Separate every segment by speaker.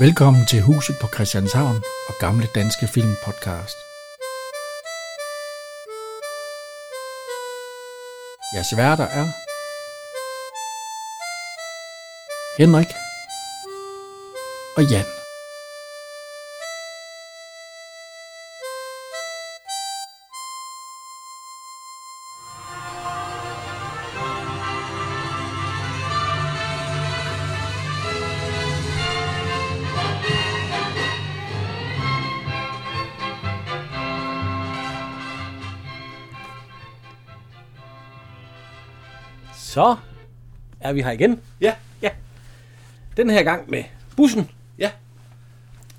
Speaker 1: Velkommen til Huset på Christianshavn og Gamle Danske Film Podcast. Jeres værter er Henrik og Jan.
Speaker 2: Så er vi her igen.
Speaker 3: Ja,
Speaker 2: Den her gang med bussen.
Speaker 3: ja.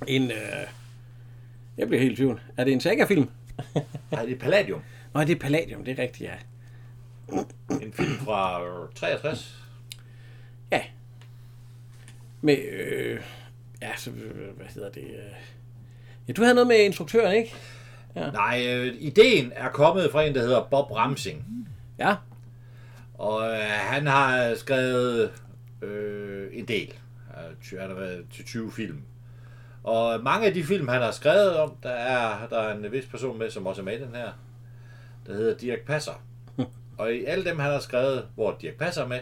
Speaker 2: En, øh, jeg bliver helt i tvivl. Er det en saga-film?
Speaker 3: Nej, det er Palladium.
Speaker 2: Nej, det er Palladium, det er rigtigt, ja.
Speaker 3: En film fra 63.
Speaker 2: Ja. Med, øh, ja, så, øh, hvad hedder det? Øh. Ja, du havde noget med instruktøren, ikke?
Speaker 3: Nej, øh, ideen er kommet fra en, der hedder Bob Ramsing.
Speaker 2: Ja.
Speaker 3: Og øh, han har skrevet øh, en del. Øh, ty- Han har været til 20 film. Og mange af de film, han har skrevet om, der er, der er en vis person med, som også er med i den her, der hedder Dirk Passer. Og i alle dem, han har skrevet, hvor Dirk Passer er med,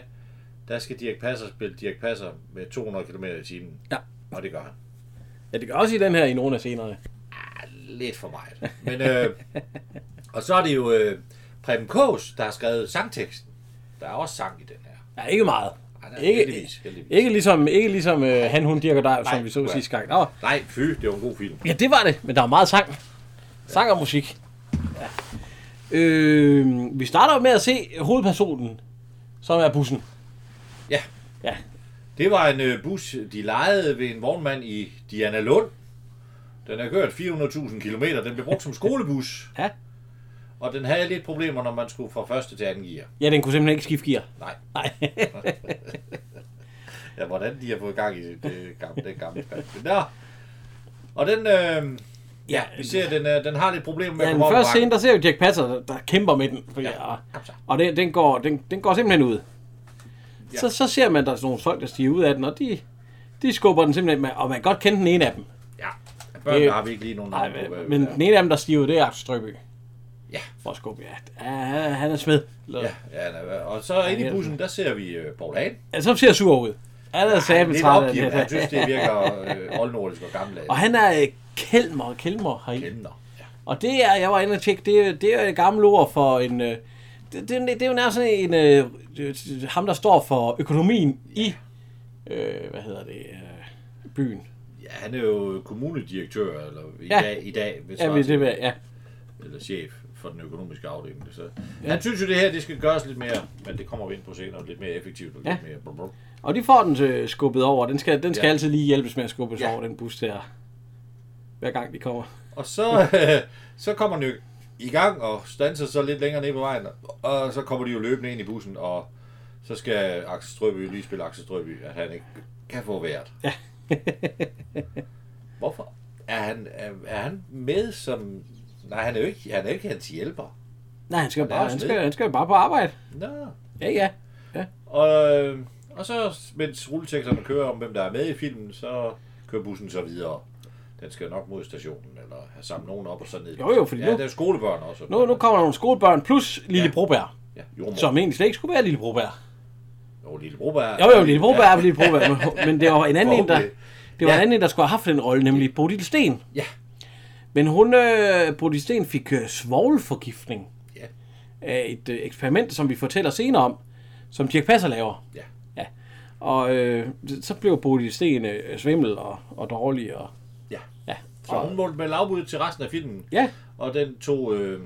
Speaker 3: der skal Dirk Passer spille Dirk Passer med 200 km i timen.
Speaker 2: Ja.
Speaker 3: Og det gør han.
Speaker 2: Ja, det gør også i den her i nogle af scenerne.
Speaker 3: lidt for meget. Men, øh, og så er det jo øh, Preben Kås, der har skrevet sangteksten. Der er også sang i den her.
Speaker 2: Ja, ikke meget.
Speaker 3: Ej, der er
Speaker 2: Ikke,
Speaker 3: heldigvis, heldigvis.
Speaker 2: ikke ligesom, ikke ligesom øh, han, hun, Dirk og dig,
Speaker 3: Nej,
Speaker 2: som vi så
Speaker 3: ja.
Speaker 2: sidste gang. Nå,
Speaker 3: Nej, fy, det var en god film.
Speaker 2: Ja, det var det, men der var meget sang. Sang og musik. Ja. Øh, vi starter med at se hovedpersonen, som er bussen.
Speaker 3: Ja,
Speaker 2: Ja,
Speaker 3: det var en øh, bus, de lejede ved en vognmand i Diana Lund. Den har kørt 400.000 km. Den blev brugt som skolebus.
Speaker 2: Ja.
Speaker 3: Og den havde lidt problemer, når man skulle fra første til anden gear.
Speaker 2: ja den kunne simpelthen ikke skifte gear.
Speaker 3: Nej,
Speaker 2: Nej.
Speaker 3: ja, hvordan de har fået gang i det, det gamle, det gamle. Men Nå. Og den, øh, ja, vi ser, den, øh, den har lidt problemer med
Speaker 2: ja,
Speaker 3: at
Speaker 2: den
Speaker 3: komme op
Speaker 2: første
Speaker 3: ad bakken.
Speaker 2: scene, der ser vi Jack Passer, der, der kæmper med den. For, ja.
Speaker 3: Kom så.
Speaker 2: Og den, den, går, den, den går simpelthen ud. Ja.
Speaker 3: Ja.
Speaker 2: Så, så ser man, der er sådan nogle folk, der stiger ud af den, og de, de skubber den simpelthen med, og man kan godt kende den ene af dem.
Speaker 3: Ja,
Speaker 2: Det-
Speaker 3: børnene har vi ikke lige nogen
Speaker 2: Nej,
Speaker 3: navn på. hvad-
Speaker 2: men
Speaker 3: ja.
Speaker 2: den ene af dem, der stiger ud, det er Axel Strøby.
Speaker 3: Ja.
Speaker 2: For at skubbe, ja. ja. han er smed. Eller-
Speaker 3: Ja, ja, nej, og så inde i bussen, der ser vi øh, Paul Hahn.
Speaker 2: Ja, så ser sur ud. Han er sabelt
Speaker 3: Lidt
Speaker 2: træt af
Speaker 3: opgivet.
Speaker 2: det
Speaker 3: Han
Speaker 2: her.
Speaker 3: synes, det virker øh, oldnordisk og gammeldags.
Speaker 2: Og han er øh, kelmer, kelmer heri.
Speaker 3: Emner. Ja.
Speaker 2: Og det er, jeg var inde og tjekke, det, er- det er et gammelt ord for en... øh, Det, det, det er jo nærmest sådan en... øh, øh, Ham, der står for økonomien i... Øh, hvad hedder det? Øh, byen.
Speaker 3: ja, han er jo kommunedirektør, eller i
Speaker 2: Ja.
Speaker 3: dag, i dag hvis
Speaker 2: Ja,
Speaker 3: svarer
Speaker 2: vil det
Speaker 3: til-
Speaker 2: være, ja.
Speaker 3: eller chef for den økonomiske afdeling. Så. Han synes jo, det her det skal gøres lidt mere, men det kommer vi ind på senere, lidt mere effektivt og
Speaker 2: Ja.
Speaker 3: lidt mere... blub, blub.
Speaker 2: Og de får den øh, skubbet over. Den skal, den skal
Speaker 3: Ja.
Speaker 2: altid lige hjælpes med at skubbes
Speaker 3: Ja.
Speaker 2: over, den bus der. Hver gang de kommer.
Speaker 3: Og så, øh, så kommer den jo i gang og standser så lidt længere ned på vejen, og så kommer de jo løbende ind i bussen, og så skal Axel Strøby lige spille Axel Strøby, at han ikke kan få været. Ja. Hvorfor? Er han, er, er han med som... Nej, han er jo ikke, han er jo ikke hans hjælper.
Speaker 2: Nej, han skal,
Speaker 3: er
Speaker 2: bare, han
Speaker 3: smed.
Speaker 2: skal, han skal jo bare på arbejde.
Speaker 3: Nå.
Speaker 2: Ja, ja.
Speaker 3: Og, øh, og så, mens rulleteksterne kører om, hvem der er med i filmen, så kører bussen så videre. Den skal nok mod stationen, eller have samlet nogen op og så ned.
Speaker 2: Jo, jo, fordi
Speaker 3: ja,
Speaker 2: nu-
Speaker 3: der er skolebørn også.
Speaker 2: Nu, nu kommer der nogle skolebørn plus Lille ja.
Speaker 3: Ja.
Speaker 2: Broberg,
Speaker 3: Ja, jordemor.
Speaker 2: som egentlig slet ikke skulle være Lille Broberg.
Speaker 3: Jo, Lille Broberg.
Speaker 2: Jo, jo, Lille Broberg er Lille Broberg, men- men det var en anden en, der, det var en
Speaker 3: Ja.
Speaker 2: anden en, der skulle have haft den rolle, nemlig Bodil Sten.
Speaker 3: Ja.
Speaker 2: Men hun, øh, Bodil Sten, fik øh, svogelforgiftning
Speaker 3: Ja.
Speaker 2: af et øh, eksperiment, som vi fortæller senere om, som Dirk Passer laver.
Speaker 3: Ja.
Speaker 2: Ja. Og øh, så blev Bodil Sten øh, svimmel og, og dårlig. Og,
Speaker 3: ja.
Speaker 2: ja.
Speaker 3: Så
Speaker 2: Og,
Speaker 3: hun målte med lavbud til resten af filmen.
Speaker 2: ja,
Speaker 3: Og den tog, øh,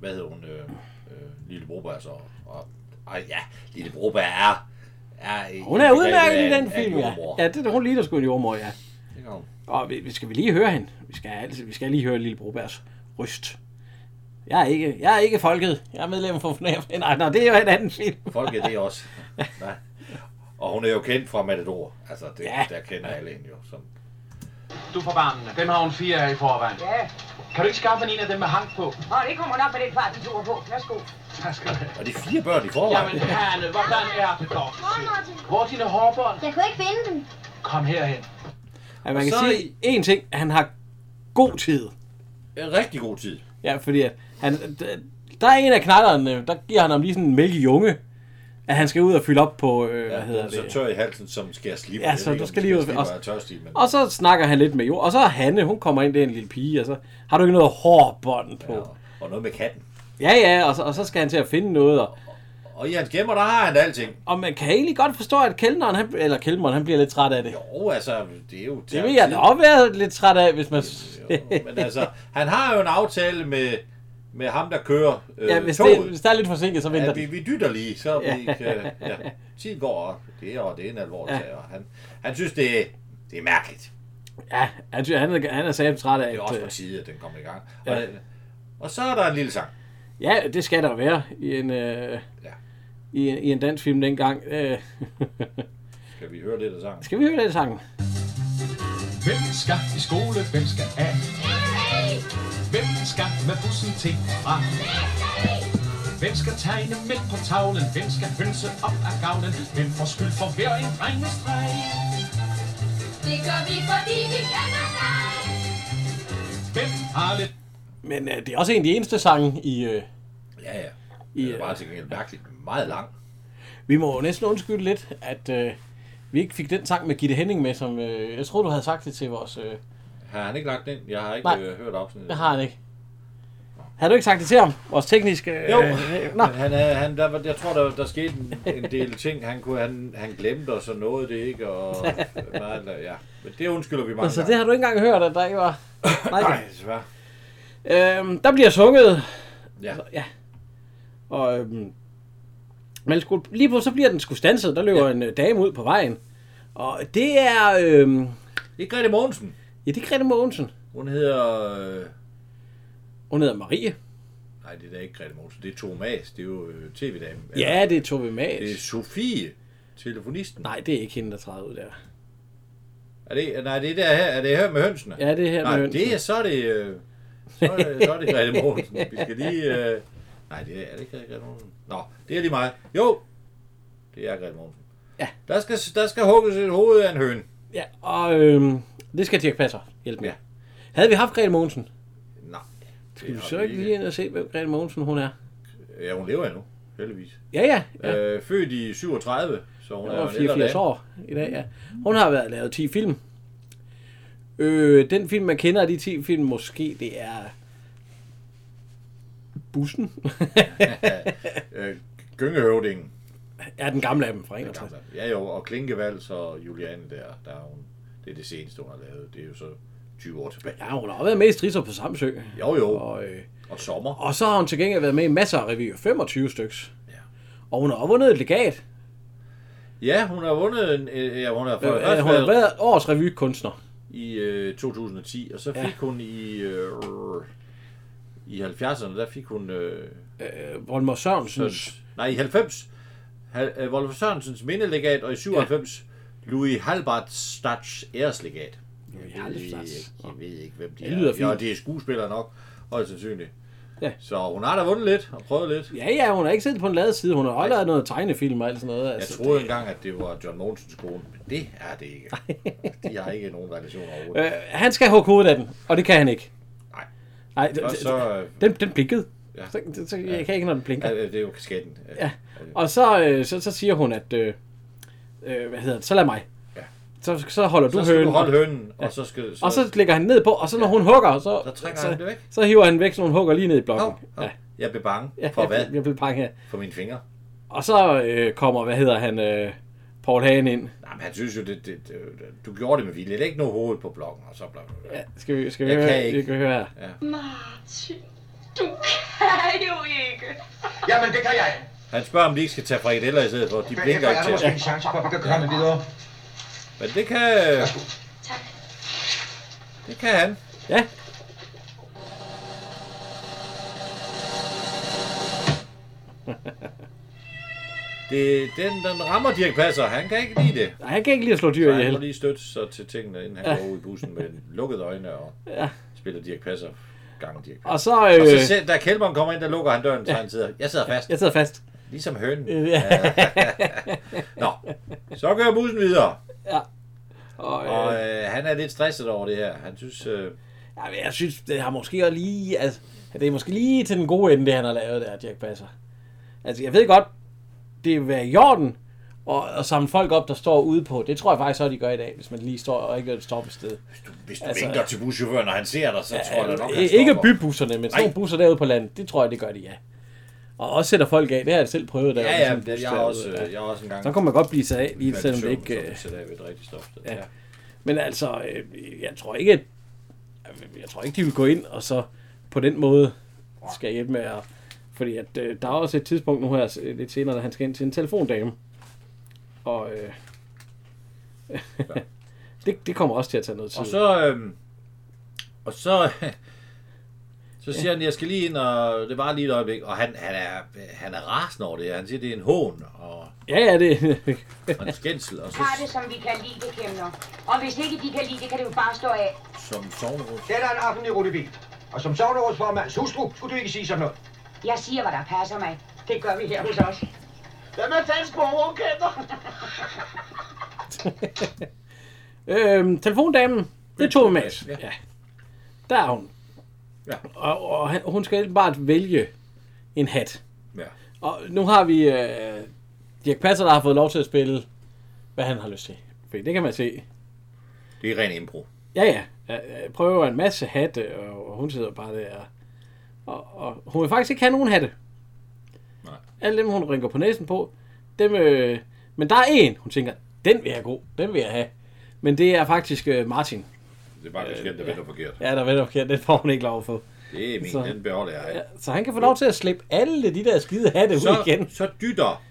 Speaker 3: hvad hedder hun, øh, øh, Lille Broberg så. Og, og ja, Lille Broberg er... er
Speaker 2: hun er udmærket i den film, ja.
Speaker 3: ja.
Speaker 2: Ja, det, er- hun ligner sgu en jordmor, ja.
Speaker 3: Det gør hun.
Speaker 2: Og vi, vi skal vi lige høre hende. Vi skal, altså, vi skal lige høre Lille Brobergs ryst. Jeg er ikke, jeg er ikke folket. Jeg er medlem for FNAF. Nej, nej, det er jo en anden film.
Speaker 3: Folk er det også. Nej. Og hun er jo kendt fra Matador. Altså, det,
Speaker 2: Ja.
Speaker 3: ja. der kender alle hende jo. Som,
Speaker 4: Du får barnene. Dem har hun fire af i forvejen.
Speaker 5: Ja,
Speaker 4: Kan du ikke skaffe en af dem med hang på?
Speaker 5: og det kommer nok med det kvart, du har på. Værsgo.
Speaker 4: Tak skal du have.
Speaker 3: og det er fire børn i forvejen.
Speaker 4: Jamen, Hanne, hvordan er det dog? Hvor er dine hårbånd?
Speaker 6: Jeg kunne ikke finde dem.
Speaker 4: Kom herhen.
Speaker 2: At man kan
Speaker 3: så-
Speaker 2: sige en ting, han har god tid.
Speaker 3: En rigtig god tid.
Speaker 2: Ja, fordi at han, d- der er en af knatterne, der giver han ham lige sådan en mælkejunge, at han skal ud og fylde op på, øh, ja, hvad hedder
Speaker 3: så
Speaker 2: det?
Speaker 3: tør i halsen, som skærer slip.
Speaker 2: Ja, så du skal lige ud-
Speaker 3: og...
Speaker 2: også-
Speaker 3: Jeg er tørstig, men...
Speaker 2: Og så snakker han lidt med jord. Og så er Hanne, hun kommer ind, det er en lille pige, og så har du ikke noget hårbånd på.
Speaker 3: Og, og noget med katten.
Speaker 2: Ja, ja, og så, og så skal han til at finde noget. Og,
Speaker 3: Og i hans gemmer, der har han alting.
Speaker 2: og man kan egentlig godt forstå, at kældneren, han, eller kælderen, han bliver lidt træt af det.
Speaker 3: Jo, altså, det er jo...
Speaker 2: Det vil jeg da også være lidt træt af, hvis man...
Speaker 3: Jo, men altså, han har jo en aftale med, med ham, der kører øh,
Speaker 2: ja, hvis,
Speaker 3: toget.
Speaker 2: det, hvis der er lidt forsinket, så venter
Speaker 3: Ja,
Speaker 2: det.
Speaker 3: vi, vi dytter lige, så vi kan... Ja. Tiden går, og det, er- og det er en alvorlig sag, og han, han synes, det, er- det er mærkeligt.
Speaker 2: Ja, han, sy- han, er, han er satme træt af.
Speaker 3: Det er
Speaker 2: at,
Speaker 3: også
Speaker 2: øh,
Speaker 3: på tide, at den kommer i gang.
Speaker 2: Ja.
Speaker 3: Og, øh, og så er der en lille sang.
Speaker 2: Ja, det skal der jo være i en, øh,
Speaker 3: Ja.
Speaker 2: i, en- i en dansk film dengang. Øh,
Speaker 3: Skal vi høre lidt af sangen?
Speaker 2: skal vi høre den sang?
Speaker 6: Hvem skal i skole? Hvem skal af? Hvem skal med bussen til og fra? Hvem skal tegne midt på tavlen? Hvem skal hønse op af gavlen? Hvem får skyld for hver en regnestreg?
Speaker 7: Det gør vi, fordi vi kender dig.
Speaker 6: Hvem har lidt
Speaker 2: Men øh, det er også en af de eneste sange i... Øh,
Speaker 3: Ja, ja.
Speaker 2: i
Speaker 3: Det er
Speaker 2: øh,
Speaker 3: bare til gengæld mærkeligt. Meget lang.
Speaker 2: vi må jo næsten undskylde lidt, at øh, vi ikke fik den sang med Gitte Henning med, som øh, jeg troede, du havde sagt det til vores... Øh,
Speaker 3: Har han ikke lagt den ind? Jeg har ikke
Speaker 2: Nej.
Speaker 3: øh, hørt afsnittet.
Speaker 2: det har han ikke. Har du ikke sagt det til ham? Vores tekniske... Øh,
Speaker 3: Jo,
Speaker 2: øh, nå.
Speaker 3: men han, er- han, der, var- jeg tror, der, der skete en, en del ting. Han, kunne, han, han glemte, og så nåede det ikke. Og, meget, ja. Men det undskylder vi mange
Speaker 2: Altså, det har du ikke engang hørt, at der ikke var... Nej.
Speaker 3: Nej, desværre.
Speaker 2: Øhm, der bliver sunget,
Speaker 3: Ja.
Speaker 2: og... Øhm, men sku, lige på, så bliver den sgu stanset. Der løber ja. en øh, dame ud på vejen. Og det er... Øhm,
Speaker 3: Det er Grete Mogensen.
Speaker 2: ja, det er Grete Mogensen.
Speaker 3: Hun hedder... Øh,
Speaker 2: Hun hedder Marie.
Speaker 3: nej, det er da ikke Grete Mogensen. Det er Thomas. Det er jo øh, tv-damen.
Speaker 2: Ja, det er Tove Mads.
Speaker 3: Det er Sofie, telefonisten.
Speaker 2: Nej, det er ikke hende, der træder ud der.
Speaker 3: Er det, nej, det er der her. Er det her med hønsene?
Speaker 2: Ja, det er her
Speaker 3: nej,
Speaker 2: med hønsene.
Speaker 3: det er, så er det... Øh, så, er det- så er det Grete Mogensen. Vi skal lige... Øh, nej, det er, er det ikke Grete Mogensen. Nå, det er lige mig. Jo, det er Grete Mogensen.
Speaker 2: Ja.
Speaker 3: Der skal, der skal hugges et hoved af en høn.
Speaker 2: Ja, og øhm, det skal Dirk Passer hjælpe med. Ja.
Speaker 3: Ja.
Speaker 2: Havde vi haft Grete Mogensen?
Speaker 3: Nej.
Speaker 2: Skal
Speaker 3: det
Speaker 2: vi
Speaker 3: har
Speaker 2: så
Speaker 3: vi
Speaker 2: ikke lige ind og se, hvem Grete Mogensen hun er?
Speaker 3: Ja, hun lever endnu, heldigvis.
Speaker 2: Ja, ja. ja.
Speaker 3: Ja. Øh, født i 37, så hun
Speaker 2: Hun
Speaker 3: er jo
Speaker 2: er
Speaker 3: en ældre
Speaker 2: 84
Speaker 3: dame.
Speaker 2: år i dag, ja. Hun har været lavet 10 film. Øh, den film, man kender af de 10 film, måske det er... Bussen?
Speaker 3: Øh, Gyngehøvdingen.
Speaker 2: er den gamle af dem fra 61.
Speaker 3: Altså, ja jo, og Klinkevals og Juliane der, der er hun, det er det seneste, hun har lavet. Det er jo så 20 år tilbage.
Speaker 2: Ja, hun har også været med i Strisser på Samsø.
Speaker 3: Jo jo, og,
Speaker 2: Og, øh,
Speaker 3: og sommer.
Speaker 2: og så har hun til gengæld været med i masser af revyer, 25 styks.
Speaker 3: Ja.
Speaker 2: Og hun har også vundet et legat.
Speaker 3: Ja, hun har vundet, en, øh, ja, hun har fået
Speaker 2: Øh, hun har været årets revykunstner.
Speaker 3: i øh, 2010, og så fik
Speaker 2: Ja.
Speaker 3: hun i, øh, i 70'erne, der fik hun, øh,
Speaker 2: Øh, Volmer Sørensens.
Speaker 3: nej i 90, Hal- øh, Wolf Sørensens mindelegat, og i 97, Louis Halbertstads æreslegat. Jeg ved ikke- Jeg ved ikke, hvem de
Speaker 2: Det lyder
Speaker 3: er. Ja,
Speaker 2: fint.
Speaker 3: det er skuespillere nok, højst sandsynligt.
Speaker 2: Ja.
Speaker 3: Så hun har da vundet lidt og prøvet lidt.
Speaker 2: Ja, ja, hun har ikke siddet på en lade side. Hun har også lavet noget tegnefilm og alt sådan noget.
Speaker 3: Jeg
Speaker 2: Altså,
Speaker 3: troede engang, at det var John Mogensens kone, men det er det ikke. De har ikke nogen relation overhovedet.
Speaker 2: Øh, han skal hugge hovedet af den, og det kan han ikke.
Speaker 3: Nej.
Speaker 2: Nej, den,
Speaker 3: Og så øh,
Speaker 2: den, den blinkede. Ja.
Speaker 3: Ja.
Speaker 2: Så, så, så, jeg kan ikke, når den blinker.
Speaker 3: er øh, er det jo kasketten.
Speaker 2: Ja. Og så, øh, så, så siger hun, at... Øh, øh, hvad hedder det? Så lad mig.
Speaker 3: Ja.
Speaker 2: Så, så holder du
Speaker 3: Så skal
Speaker 2: hønen.
Speaker 3: du holde hønen, og så skal
Speaker 2: Og så lægger han ned på, og så når hun hugger, så,
Speaker 3: Så trækker
Speaker 2: så,
Speaker 3: han det væk.
Speaker 2: så hiver han den væk, så hun hugger lige ned i blokken.
Speaker 3: Nå, nå.
Speaker 2: Ja.
Speaker 3: Jeg blev bange.
Speaker 2: Ja,
Speaker 3: For hvad?
Speaker 2: Jeg, jeg blev bange her.
Speaker 3: For mine fingre.
Speaker 2: Og så øh, kommer, hvad hedder han, øh, Paul Hagen ind.
Speaker 3: Nej, men han synes jo, det, det, det, du gjorde det med vilje. Læg nu hovedet på blokken, og så bla bla bla.
Speaker 2: Ja, skal vi, skal vi
Speaker 3: Jeg
Speaker 2: høre,
Speaker 3: kan ikke.
Speaker 2: vi kan høre her.
Speaker 7: Martin, du kan jo ikke.
Speaker 4: Jamen, det kan jeg.
Speaker 3: Han spørger, om de ikke skal tage frikadeller i stedet for. De blinker
Speaker 4: er
Speaker 3: ikke
Speaker 4: der måske
Speaker 3: til.
Speaker 4: en chance for, at vi kan komme videre.
Speaker 3: Men det kan...
Speaker 7: Tak.
Speaker 3: Det kan han.
Speaker 2: Ja,
Speaker 3: Det, den, den rammer Dirk Passer. Han kan ikke lide det.
Speaker 2: nej, han kan ikke lige slå dyr
Speaker 3: Så han må
Speaker 2: ihjel.
Speaker 3: lige støtte sig til tingene, inden han går ud i bussen med lukkede øjne og
Speaker 2: Ja.
Speaker 3: spiller Dirk Passer. Gang Dirk Passer.
Speaker 2: Og så,
Speaker 3: Og så,
Speaker 2: øh,
Speaker 3: selv- da Kjellmann kommer ind, der lukker han døren, så han sidder. Jeg sidder fast.
Speaker 2: jeg sidder fast.
Speaker 3: Ligesom hønen.
Speaker 2: Ja.
Speaker 3: Nå, så kører bussen videre.
Speaker 2: Og, øh,
Speaker 3: Og øh, han er lidt stresset over det her. Han synes, øh,
Speaker 2: Ja, men jeg synes, det har måske også lige... Altså, det er måske lige til den gode ende, det han har lavet der, Jack Basser. Altså, jeg ved godt, det vil være i orden at, at samle folk op, der står ude på. Det tror jeg faktisk også, de gør i dag, hvis man lige står og ikke står på sted.
Speaker 3: hvis du
Speaker 2: Altså,
Speaker 3: altså, vinker til buschaufføren, og han ser dig, så tror jeg da nok, han
Speaker 2: Ikke
Speaker 3: stopper.
Speaker 2: bybusserne, men sådan
Speaker 3: Nej.
Speaker 2: nogle busser derude på landet. Det tror jeg, det gør de, ja. Og også sætter folk af. Det har jeg selv prøvet der.
Speaker 3: Ja, ja, men det, jeg, har også, øh, jeg har også engang...
Speaker 2: Så kunne man godt blive sat af, lige
Speaker 3: faldet i
Speaker 2: selvom det
Speaker 3: søvn,
Speaker 2: ikke...
Speaker 3: så
Speaker 2: øh,
Speaker 3: det sætter jeg ved et rigtigt stofsted.
Speaker 2: Ja.
Speaker 3: Ja. ja.
Speaker 2: Men altså, øh, jeg tror ikke, at, jeg tror ikke, de vil gå ind og så på den måde skal hjælpe med at, fordi at, øh, der er også et tidspunkt nu her øh, lidt senere, da han skal ind til en telefondame. Og øh, det, det kommer også til at tage noget tid.
Speaker 3: Og så... Øhm, og så... Så siger han, jeg skal lige ind, og det var lige et øjeblik. Og han, han, er, han er rasende over det her. Han siger, det er en hån og,
Speaker 2: ja, ja, det,
Speaker 3: og en skændsel. Og så
Speaker 5: Har det, som vi kan lide det, kæmner. Og hvis ikke de kan lide det, kan det jo bare stå af.
Speaker 3: som sovneråd.
Speaker 4: Det er da en offentlig rutebil. Og som sovnerådsformands hustru skulle du ikke sige sådan noget.
Speaker 5: Jeg siger, hvad der passer mig. Det gør vi her hos os.
Speaker 4: Hvem er dansk borgerkender?
Speaker 2: Øhm, telefondamen, det tog vi med.
Speaker 3: Mads,
Speaker 2: Ja.
Speaker 3: ja.
Speaker 2: ja. Der er hun.
Speaker 3: Ja.
Speaker 2: Og, og han, hun skal bare vælge en hat.
Speaker 3: Ja.
Speaker 2: Og nu har vi øh, Dirk Passer, der har fået lov til at spille, hvad han har lyst til. Fordi det kan man se.
Speaker 3: Det er ren impro.
Speaker 2: Ja, ja. Jeg- Jeg prøver en masse hatte, og og hun sidder bare der. Og, og hun vil faktisk ikke have nogen hatte.
Speaker 3: Nej.
Speaker 2: Alle dem, hun rynker på næsen på, dem, øh, men der er en, hun tænker, den vil jeg have god, den vil jeg have. Men det er faktisk øh, Martin.
Speaker 3: Det er bare det skæmt, der vender forkert.
Speaker 2: Ja, der ved nok, den får hun ikke lov at få.
Speaker 3: Det er min,
Speaker 2: Så-
Speaker 3: den beholder jeg.
Speaker 2: Ja, så han kan få lov til at slippe alle de der skide hatte ud igen.
Speaker 3: Så, så dytter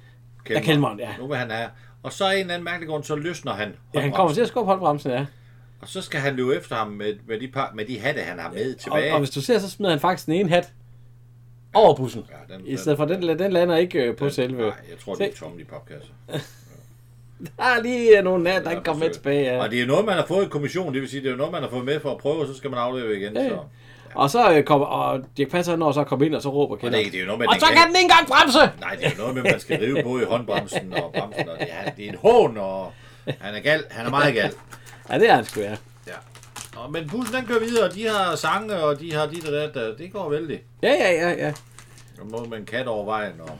Speaker 3: Kjeld
Speaker 2: Ja, Kjeld
Speaker 3: Morten.
Speaker 2: Morten, ja.
Speaker 3: Nu vil han have. Og så af en eller anden mærkelig grund, så løsner han.
Speaker 2: Ja, han kommer til at skubbe håndbremsen, ja.
Speaker 3: Og så skal han løbe efter ham med, med, de, par, med de hatte, han har med
Speaker 2: Og,
Speaker 3: tilbage.
Speaker 2: og hvis du ser, så smider han faktisk den ene hat over bussen.
Speaker 3: Ja, den-
Speaker 2: I stedet for, den, den lander ikke øh, på selve.
Speaker 3: Nej, jeg tror, det er
Speaker 2: Se,
Speaker 3: tomme, de papkasser.
Speaker 2: Der er lige øh, nogle nat, der ikke
Speaker 3: Ja,
Speaker 2: kommer med
Speaker 3: forsøg.
Speaker 2: tilbage. Ja.
Speaker 3: Og det er noget, man har fået i kommission, det vil sige, det er noget, man har fået med for at prøve, og så skal man aflevere igen.
Speaker 2: Ja, ja.
Speaker 3: Så.
Speaker 2: Og så øh, kommer, og Dirk Passer når så kommer ind, og så råber
Speaker 3: Og
Speaker 2: Kenneth.
Speaker 3: det, er- det er jo noget med,
Speaker 2: Og
Speaker 3: den
Speaker 2: så kan den ikke engang bremse!
Speaker 3: Nej, det er jo noget med, man skal rive på i håndbremsen og bremsen, og det er, det er en hån, og han er gal, han er meget gal.
Speaker 2: Ja, det er han sgu, ja.
Speaker 3: Ja. Og, men bussen, den kører videre, og de har sange, og de har dit og dat, og det går vældig.
Speaker 2: Ja, ja, ja, ja.
Speaker 3: Og måde med en kat over vejen, og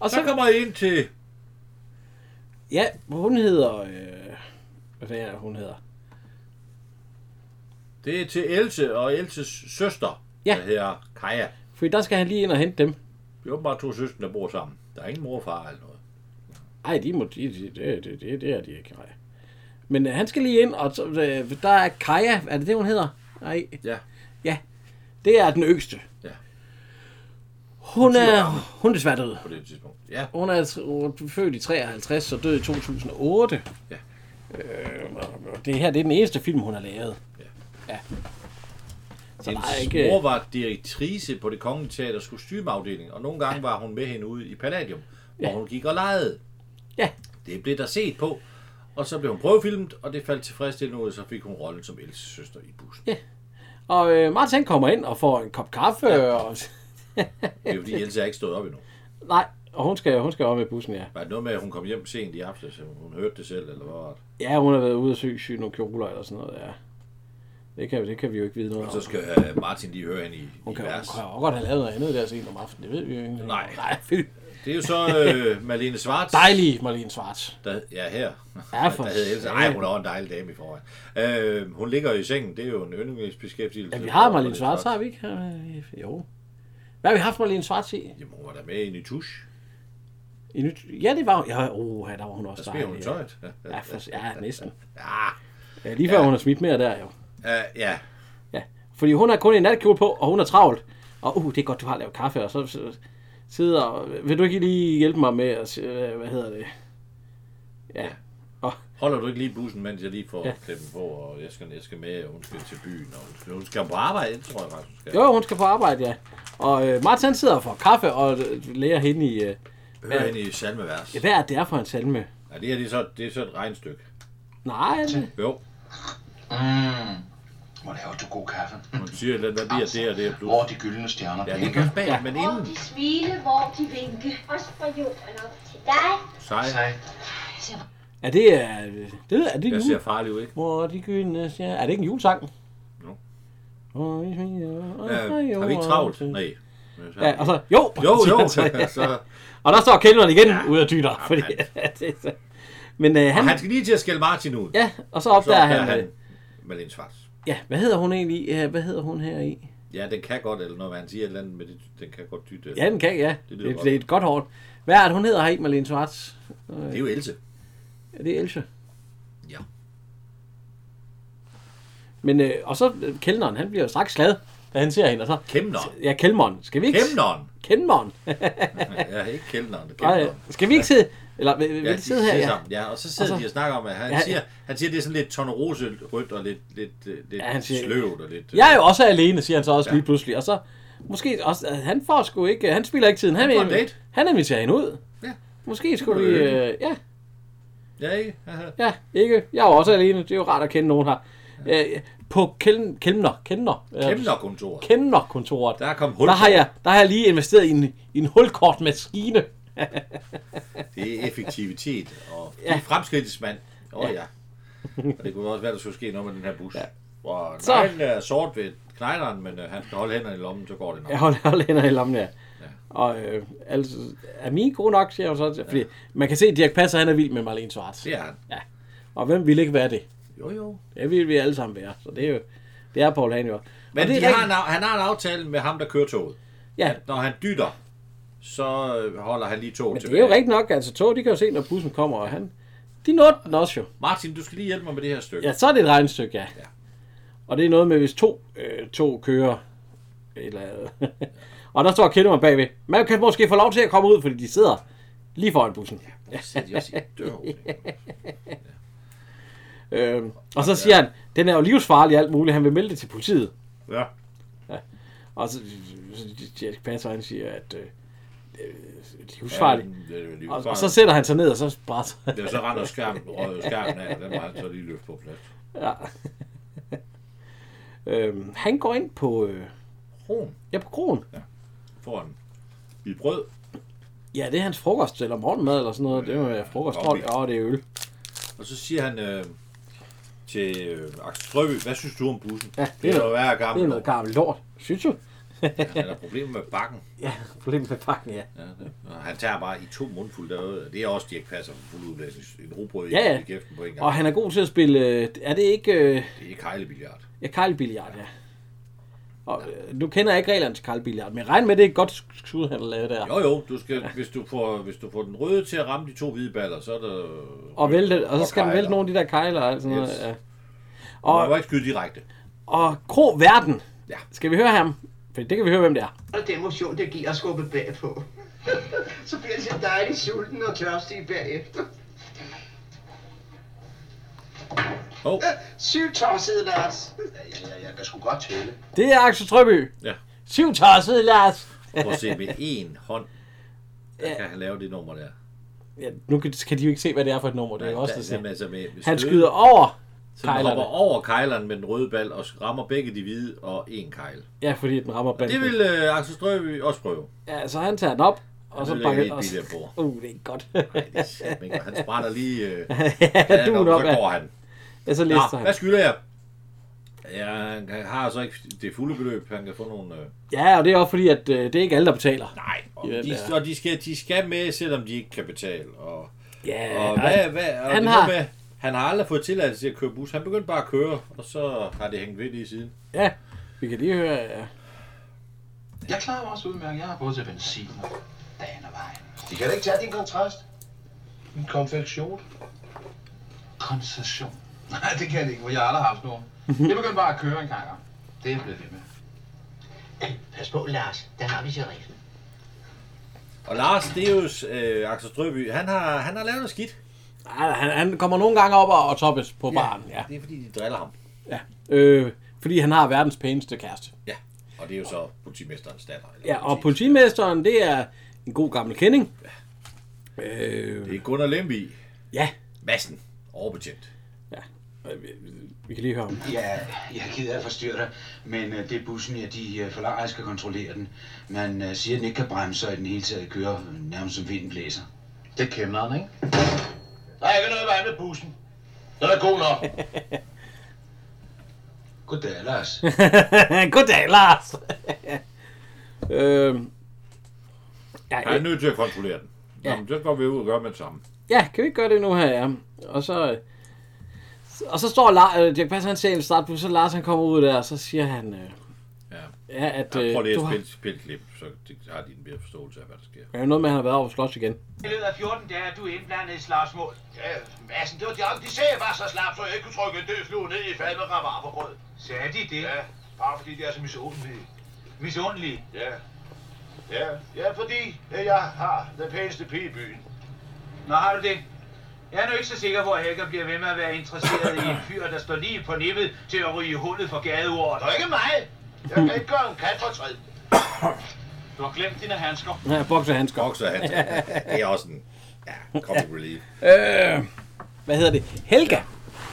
Speaker 2: Og så,
Speaker 3: så kommer jeg ind til...
Speaker 2: Ja, hun hedder... Øh, hvad fanden er det, hun hedder?
Speaker 3: Det er til Else og Elses søster,
Speaker 2: Ja.
Speaker 3: der hedder Kaja.
Speaker 2: Fordi der skal han lige ind og hente dem.
Speaker 3: Det er åbenbart to søstre, der bor sammen. Der er ingen mor og far eller noget.
Speaker 2: Ej, de må... De, de, det, det, det, det er de ikke, nej. Men øh, han skal lige ind, og så, øh, der er Kaja. Er det det, hun hedder? Nej.
Speaker 3: Ja.
Speaker 2: Ja. Det er den yngste.
Speaker 3: Ja.
Speaker 2: Hun
Speaker 3: er
Speaker 2: er,
Speaker 3: gammel.
Speaker 2: hun er desværre død.
Speaker 3: På det tidspunkt. Ja.
Speaker 2: Hun er altså- hun er født i 53 og død i 2008.
Speaker 3: Ja.
Speaker 2: Øh, og- og det her det er den eneste film, hun har lavet. Ja. Så der er
Speaker 3: Hendes
Speaker 2: ikke...
Speaker 3: mor var direktrice på det kongelige teaters kostymeafdeling, og nogle gange var hun med hende ude i Palladium, hvor
Speaker 2: Ja.
Speaker 3: hun gik og legede.
Speaker 2: Ja,
Speaker 3: Det blev der set på, og så blev hun prøvefilmet, og det faldt tilfredsstillende ud, og så fik hun rollen som Elses søster i bussen. Ja.
Speaker 2: og øh, Martin han kommer ind og får en kop kaffe. Ja. Og,
Speaker 3: Det er jo fordi, Else er ikke stået op endnu.
Speaker 2: nej, og hun skal, hun skal op med bussen, ja.
Speaker 3: Var det noget med, at hun kom hjem sent i aften, så hun hørte det selv, eller hvad var det?
Speaker 2: Ja, hun har været ude og sy, sy nogle kjoler eller sådan noget, ja. Det kan, det kan vi jo ikke vide noget
Speaker 3: Og
Speaker 2: om.
Speaker 3: så skal øh, Martin lige høre hende i,
Speaker 2: Hun
Speaker 3: i
Speaker 2: kan, hun
Speaker 3: vers.
Speaker 2: kan jo godt have lavet noget andet der sent om aftenen, det ved vi jo ikke.
Speaker 3: Nej.
Speaker 2: Nej, fy.
Speaker 3: Det er jo så øh, Malene Svarts,
Speaker 2: Dejlig Marlene Svarts.
Speaker 3: der, ja her,
Speaker 2: Ja, for
Speaker 3: der hed Else. Ej, hun er også en dejlig dame i forvejen. Øh, hun ligger jo i sengen, det er jo en yndlingsbeskæftigelse.
Speaker 2: Ja, vi har
Speaker 3: for
Speaker 2: Marlene Svarts, har vi ikke? Øh, Jo. Hvad har vi haft Marlene Svarts i?
Speaker 3: Jamen, hun var da med i Nitush.
Speaker 2: I nyt... Ja, det var Ja, oh, der var hun også
Speaker 3: Der smider hun
Speaker 2: ja.
Speaker 3: tøjet.
Speaker 2: Ja, for... ja, næsten.
Speaker 3: Ja,
Speaker 2: Ja, lige før ja. hun har smidt mere der, jo.
Speaker 3: øh, ja.
Speaker 2: Ja. Fordi hun har kun en natkjole på, og hun er travlt. Og uh, det er godt, du har lavet kaffe, og så, så sidder... og- Vil du ikke lige hjælpe mig med at... se- øh, Hvad hedder det? Ja. Og,
Speaker 3: Holder du ikke lige bussen, mens jeg lige får
Speaker 2: Ja.
Speaker 3: ja. klippen på, og jeg skal, jeg skal med, og hun skal til byen, og hun skal, hun skal på arbejde, det tror jeg faktisk, hun skal.
Speaker 2: jo, hun skal på arbejde, ja. Og øh, Martin han sidder og får kaffe, og øh, lærer hende i... Øh,
Speaker 3: Hør hende i salmevers.
Speaker 2: hvad er det er for en salme?
Speaker 3: Ja, det her det er, så, det er så et regnstykke.
Speaker 2: Nej, er det-
Speaker 3: Jo,
Speaker 8: Mm. Hvor laver du god kaffe?
Speaker 3: hun siger lidt, hvad bliver det og det er plus.
Speaker 8: Hvor er de gyldne stjerner?
Speaker 3: Ja, det kan bag, ja. men
Speaker 7: Hvor
Speaker 3: inden
Speaker 7: de smile, hvor de vinke. Også fra jorden op til dig.
Speaker 3: sej.
Speaker 8: Sej.
Speaker 2: Er det, er, det, er det
Speaker 3: Jeg
Speaker 2: jul?
Speaker 3: ser farlig ud, ikke?
Speaker 2: Hvor de gyldne stjerner... Er det ikke en julesang?
Speaker 3: Jo.
Speaker 2: Hvor vi
Speaker 3: Ja,
Speaker 2: smiler-
Speaker 3: Øh, har vi ikke travlt? Nej.
Speaker 2: Ja, og så, jo!
Speaker 3: Jo, jo.
Speaker 2: siger han
Speaker 3: Så,
Speaker 2: så. og der står kælderen igen ja. ude af dyner. Fordi, det- men øh,
Speaker 3: og
Speaker 2: han,
Speaker 3: han skal lige til at skælde Martin ud.
Speaker 2: Ja, og så opdager han... han. Øh,
Speaker 3: Malene Svarts.
Speaker 2: ja, hvad hedder hun egentlig? Ja, hvad hedder hun her i?
Speaker 3: Ja, den kan godt, eller når han siger et eller andet med det, den kan godt dytte.
Speaker 2: Ja, den kan, ja.
Speaker 3: Det
Speaker 2: Det,
Speaker 3: lyder
Speaker 2: det,
Speaker 3: godt.
Speaker 2: det er et godt hårdt. Hvad er det, hun hedder her i, Marlene Schwartz?
Speaker 3: Det er jo Else.
Speaker 2: Er det Else?
Speaker 3: Ja.
Speaker 2: Men, øh, og så øh, kælderen, han bliver jo straks glad, da han ser hende. Og så,
Speaker 3: Kæmneren.
Speaker 2: ja, kælderen. Skal vi ikke...
Speaker 3: Kæmneren.
Speaker 2: Kælderen.
Speaker 3: Ja, ikke kældneren.
Speaker 2: Nej, øh,
Speaker 3: Kæmneren.
Speaker 2: skal vi ikke sidde... Eller øh, vil, vil
Speaker 3: Ja,
Speaker 2: ja,
Speaker 3: de
Speaker 2: de sidde her?
Speaker 3: sidder
Speaker 2: Ja.
Speaker 3: sammen. ja, og så sidder
Speaker 2: Og
Speaker 3: de
Speaker 2: så-
Speaker 3: og snakker om, at han,
Speaker 2: Ja, ja.
Speaker 3: siger, han siger, det er sådan lidt tonerose rødt og lidt, lidt, øh, lidt
Speaker 2: Ja, han siger-
Speaker 3: sløvt og lidt... øh,
Speaker 2: Jeg er jo også alene, siger han så også
Speaker 3: Ja.
Speaker 2: ja. lige pludselig. Og så måske også... altså, Han får sgu ikke... Han spiller ikke tiden. Han,
Speaker 3: Han får en
Speaker 2: vil-
Speaker 3: date.
Speaker 2: han inviterer hende ud.
Speaker 3: Ja.
Speaker 2: Måske skulle
Speaker 3: Det
Speaker 2: vi...
Speaker 3: er
Speaker 2: Øh, ja,
Speaker 3: Ja, ikke? Haha.
Speaker 2: ja, ikke. Jeg er jo også alene. Det er jo rart at kende nogen her. Øh, på Kæl- Kæmner, Kæmner, øh,
Speaker 3: Kæmnerkontoret.
Speaker 2: Kæmner-kontoret.
Speaker 3: Der er kommet hul
Speaker 2: Der har,
Speaker 3: på.
Speaker 2: jeg, der har jeg lige investeret i en, i en hulkortmaskine.
Speaker 3: Det er effektivitet og ja.
Speaker 2: Ja.
Speaker 3: fremskridtsmand. Åh oh, ja. Og det kunne også være, der skulle ske noget med den her bus. Ja. Hvor
Speaker 2: Så.
Speaker 3: neglen er sort ved knejleren, men øh, han skal holde hænderne i lommen, så går det nok.
Speaker 2: Jeg holder, holder hænder i lommen, ja. Og øh, altså, er min god nok, siger jeg jo så. Fordi ja. man kan se, at Dirk Passer han er vild med Marlene Schwartz.
Speaker 3: Det er han.
Speaker 2: Ja. Og hvem vil ikke være det?
Speaker 3: Jo, jo.
Speaker 2: Det vil vi alle sammen være. Så det er jo, det er Paul Hahn jo.
Speaker 3: Men
Speaker 2: Og det
Speaker 3: de
Speaker 2: er
Speaker 3: har en,
Speaker 2: rigtigt.
Speaker 3: af- han har en aftale med ham, der kører toget.
Speaker 2: Ja,
Speaker 3: Når han dytter, så øh, holder han lige toget
Speaker 2: men det
Speaker 3: tilbage.
Speaker 2: er jo rigtigt nok. Altså, tog, de kan jo se, når bussen kommer, og han... De nåede den også jo.
Speaker 3: Martin, du skal lige hjælpe mig med det her stykke.
Speaker 2: Ja, så er det et regnstykke, ja.
Speaker 3: Ja.
Speaker 2: ja. Og det er noget med, hvis to, øh, to kører... Eller, og der står Kindemann bagved. Man kan måske få lov til at komme ud, fordi de sidder lige foran bussen.
Speaker 3: Hvor sidder de også i døren?
Speaker 2: Øhm, og så siger han, den er jo livsfarlig og alt muligt, han vil melde det til politiet.
Speaker 3: Ja.
Speaker 2: Og så, så Dirk Passer, han siger, at øh, øh, livsfarlig.
Speaker 3: Ja, det er jo lige
Speaker 2: Og,
Speaker 3: farligt.
Speaker 2: og, så sætter han sig ned, og så brænder
Speaker 3: Ja, så render skærmen, røg skærmen af, og den var han så lige løft på plads.
Speaker 2: ja. øhm, han går ind på, øh,
Speaker 3: Kron
Speaker 2: ja, på kronen.
Speaker 3: foran i brød.
Speaker 2: Ja, det er hans frokost, eller morgenmad, eller sådan noget. Det må være frokost,
Speaker 3: Ja,
Speaker 2: og
Speaker 3: okay.
Speaker 2: ja, det er øl.
Speaker 3: Og så siger han øh, til øh, Axel Strøby, hvad synes du om bussen?
Speaker 2: Ja,
Speaker 3: det er noget værre
Speaker 2: Det
Speaker 3: gammel.
Speaker 2: er noget gammelt lort, synes du?
Speaker 3: Han har problemer med bakken.
Speaker 2: Ja, problemet med pakken, ja.
Speaker 3: Ja, det. Og han tager bare i to mundfulde derude. og Det er også Dirk Passer for fuld udblæsning. En robrød
Speaker 2: Ja, ja.
Speaker 3: i kæften på en gang.
Speaker 2: Og han er god til at spille, øh, er det ikke, øh,
Speaker 3: Det er ikke hejlebilliard.
Speaker 2: ja, karlbilliard, ja. Og, øh, nu kender jeg ikke reglerne til karlbilliard, men regn med, det er et godt skud, han har lavet der.
Speaker 3: Jo jo, du skal, hvis, du får, hvis du får den røde til at ramme de to hvide baller, så er der...
Speaker 2: Og, vælte, og så skal han
Speaker 3: kegler.
Speaker 2: vælte nogle af de der kejler og alt sådan noget.
Speaker 3: Yes.
Speaker 2: Ja.
Speaker 3: Du må
Speaker 2: Og,
Speaker 3: ikke skyde direkte.
Speaker 2: og Kro Verden.
Speaker 3: Ja.
Speaker 2: Skal vi høre ham? For det kan vi høre, hvem det er.
Speaker 9: Og den motion, det giver at skubbe bagpå. så bliver det så dejligt sulten og tørstig bagefter.
Speaker 3: Åh, oh,
Speaker 9: Sygt tosset, Lars.
Speaker 8: Ja, ja, ja, jeg kan sgu godt tælle.
Speaker 2: Det er Axel Trøby.
Speaker 3: Ja.
Speaker 2: Syv tosset, Lars.
Speaker 3: prøv at se, med én hånd, der kan han lave det nummer der.
Speaker 2: Ja, nu kan, kan de jo ikke se, hvad det er for et nummer. Det er jo også
Speaker 3: der,
Speaker 2: det siger.
Speaker 3: altså med, med
Speaker 2: Han
Speaker 3: stød.
Speaker 2: skyder over
Speaker 3: Så den hopper
Speaker 2: kejlerne.
Speaker 3: over kejleren med den røde bal og rammer begge de hvide og en kejl.
Speaker 2: Ja, fordi den rammer banden.
Speaker 3: Det vil øh, Axel Strøby også prøve.
Speaker 2: Ja, så han tager den op. Og så
Speaker 3: nu lægger
Speaker 2: bakker
Speaker 3: vi et
Speaker 2: og så-
Speaker 3: billede på.
Speaker 2: Uh, det er ikke godt.
Speaker 3: Ej, det er sandt, ikke? Og Han sprætter lige... Øh,
Speaker 2: ja, du
Speaker 3: op,
Speaker 2: op,
Speaker 3: så
Speaker 2: ja.
Speaker 3: går han.
Speaker 2: ja, så lister
Speaker 3: Nå,
Speaker 2: han.
Speaker 3: hvad skylder jeg? Ja, han kan- har så ikke det fulde beløb. Han kan få nogle... Øh,
Speaker 2: Ja, og det er også fordi, at øh, det er ikke alle, der betaler.
Speaker 3: nej, og,
Speaker 2: Ja, det
Speaker 3: de,
Speaker 2: er.
Speaker 3: og de, skal, de skal med, selvom de ikke kan betale. Og,
Speaker 2: Ja,
Speaker 3: og
Speaker 2: nej.
Speaker 3: hvad, hvad, og
Speaker 2: Han
Speaker 3: det er
Speaker 2: har-
Speaker 3: noget Med, han har aldrig fået tilladelse til at køre bus. Han begyndte bare at køre, og så har det hængt ved lige siden.
Speaker 2: ja, vi kan lige høre. øh, Ja.
Speaker 8: Jeg klarer mig også udmærket. Jeg har både til benzin og dagen og vejen.
Speaker 4: De kan da ikke tage din kontrast.
Speaker 8: En konfektion? Koncession. Nej, det kan det ikke, for jeg har aldrig haft nogen. Jeg begyndte bare at køre en gang. Det er jeg blevet ved med.
Speaker 9: Pas på, Lars. Der har vi sheriffen.
Speaker 3: Og Lars Deus, øh, Axel Strøby, han har, han har lavet noget skidt.
Speaker 2: Ej, Han, han kommer nogle gange op og, og toppes på baren. Ja.
Speaker 3: Det er fordi, de driller ham.
Speaker 2: ja. Øh, fordi han har verdens pæneste kæreste.
Speaker 3: Ja. Og det er jo så politimesterens datter. Eller
Speaker 2: Ja, og
Speaker 3: politi-
Speaker 2: politimesteren, det er en god gammel kending. Øh,
Speaker 3: Det er Gunnar Lemby.
Speaker 2: ja,
Speaker 3: Massen. Overbetjent.
Speaker 2: ja. Øh, Vi, vi kan lige høre om.
Speaker 8: Ja, jeg er ked af at forstyrre dig, men øh, det er bussen, ja, de øh, forlanger, at jeg skal kontrollere den. Man øh, siger, at den ikke kan bremse, og i den hele taget kører øh, nærmest som vinden blæser. Det kæmmer den, ikke?
Speaker 9: Der er ikke noget vej med
Speaker 10: med bussen. Den er god nok.
Speaker 8: Goddag, Lars.
Speaker 2: Goddag, Lars! øhm, ja,
Speaker 3: Jeg er nødt til at kontrollere den. Ja. Jamen, så går vi ud og gør med det samme.
Speaker 2: Ja, kan vi ikke gøre det nu her, ja. Og så, øh, og så står Lars, øh, Dirk Passer, han ser en startbus, så Lars han kommer ud der, og så siger han, øh,
Speaker 3: Ja.
Speaker 2: ja, at
Speaker 3: ja,
Speaker 2: øh,
Speaker 3: prøv lige
Speaker 2: du
Speaker 3: at
Speaker 2: har,
Speaker 3: spille, spille et klip, så de- har de en bedre forståelse af, hvad der sker.
Speaker 2: ja, noget med, at han har været over på slås igen.
Speaker 10: I løbet af 14 dage er du indblandet i et slagsmål. Ja, Madsen, det var de De sagde, jeg var så slap, så jeg ikke kunne trykke en død flue ned i fald med rabarberbrød. Sagde de det? Ja, bare fordi de er så misundelige. Misundelige? Ja. Ja, ja fordi øh, jeg har den pæneste pige i byen.
Speaker 11: Nå, har du det? Jeg er nu ikke så sikker, hvor Helga bliver ved med at være interesseret i en fyr, der står lige på nippet til at ryge hullet for gadeordet.
Speaker 10: Det er ikke mig. Jeg kan ikke gøre en kat for træd. Du har glemt dine handsker.
Speaker 2: Ja, bokserhandsker.
Speaker 3: Bokserhandsker. Det er også en ja, comic relief.
Speaker 2: Øh, hvad hedder det? Helga.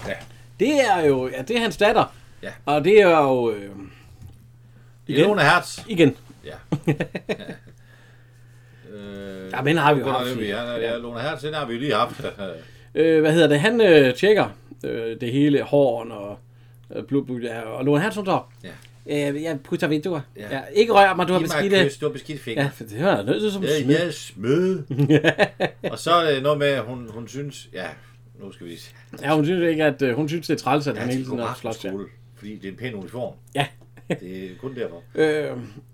Speaker 3: Ja.
Speaker 2: Det er jo, ja, det er hans datter.
Speaker 3: Ja.
Speaker 2: Og det er jo... Øh,
Speaker 3: Ilona Hertz.
Speaker 2: Igen.
Speaker 3: Ja. Øh,
Speaker 2: Ja, men hende har vi jo
Speaker 3: den
Speaker 2: haft.
Speaker 3: nemlig. Ja, ja, ja, Lone Hertz, den har vi jo lige haft.
Speaker 2: øh, hvad hedder det? Han øh, tjekker øh, det hele, hården og øh, blod, blod, ja, og Lone Hansen står.
Speaker 3: Ja.
Speaker 2: Øh, jeg putter vinduer.
Speaker 3: Ja.
Speaker 2: Ja. ja. ikke rør mig, du har
Speaker 3: Giv mig et
Speaker 2: beskidte.
Speaker 3: kys, du har beskidte fingre.
Speaker 2: Ja, for det var jeg nødt til som
Speaker 3: Ja,
Speaker 2: smed.
Speaker 3: ja, smed. og så er det noget med, at hun, hun synes... Ja, nu skal vi se.
Speaker 2: Ja, hun synes ikke, at øh, hun synes, det er træls, at
Speaker 3: Ja,
Speaker 2: han
Speaker 3: til
Speaker 2: hele tiden har
Speaker 3: godaften
Speaker 2: slås. Ja.
Speaker 3: skole, Fordi det er en pæn uniform.
Speaker 2: Ja.
Speaker 3: det er kun derfor.
Speaker 2: Øh,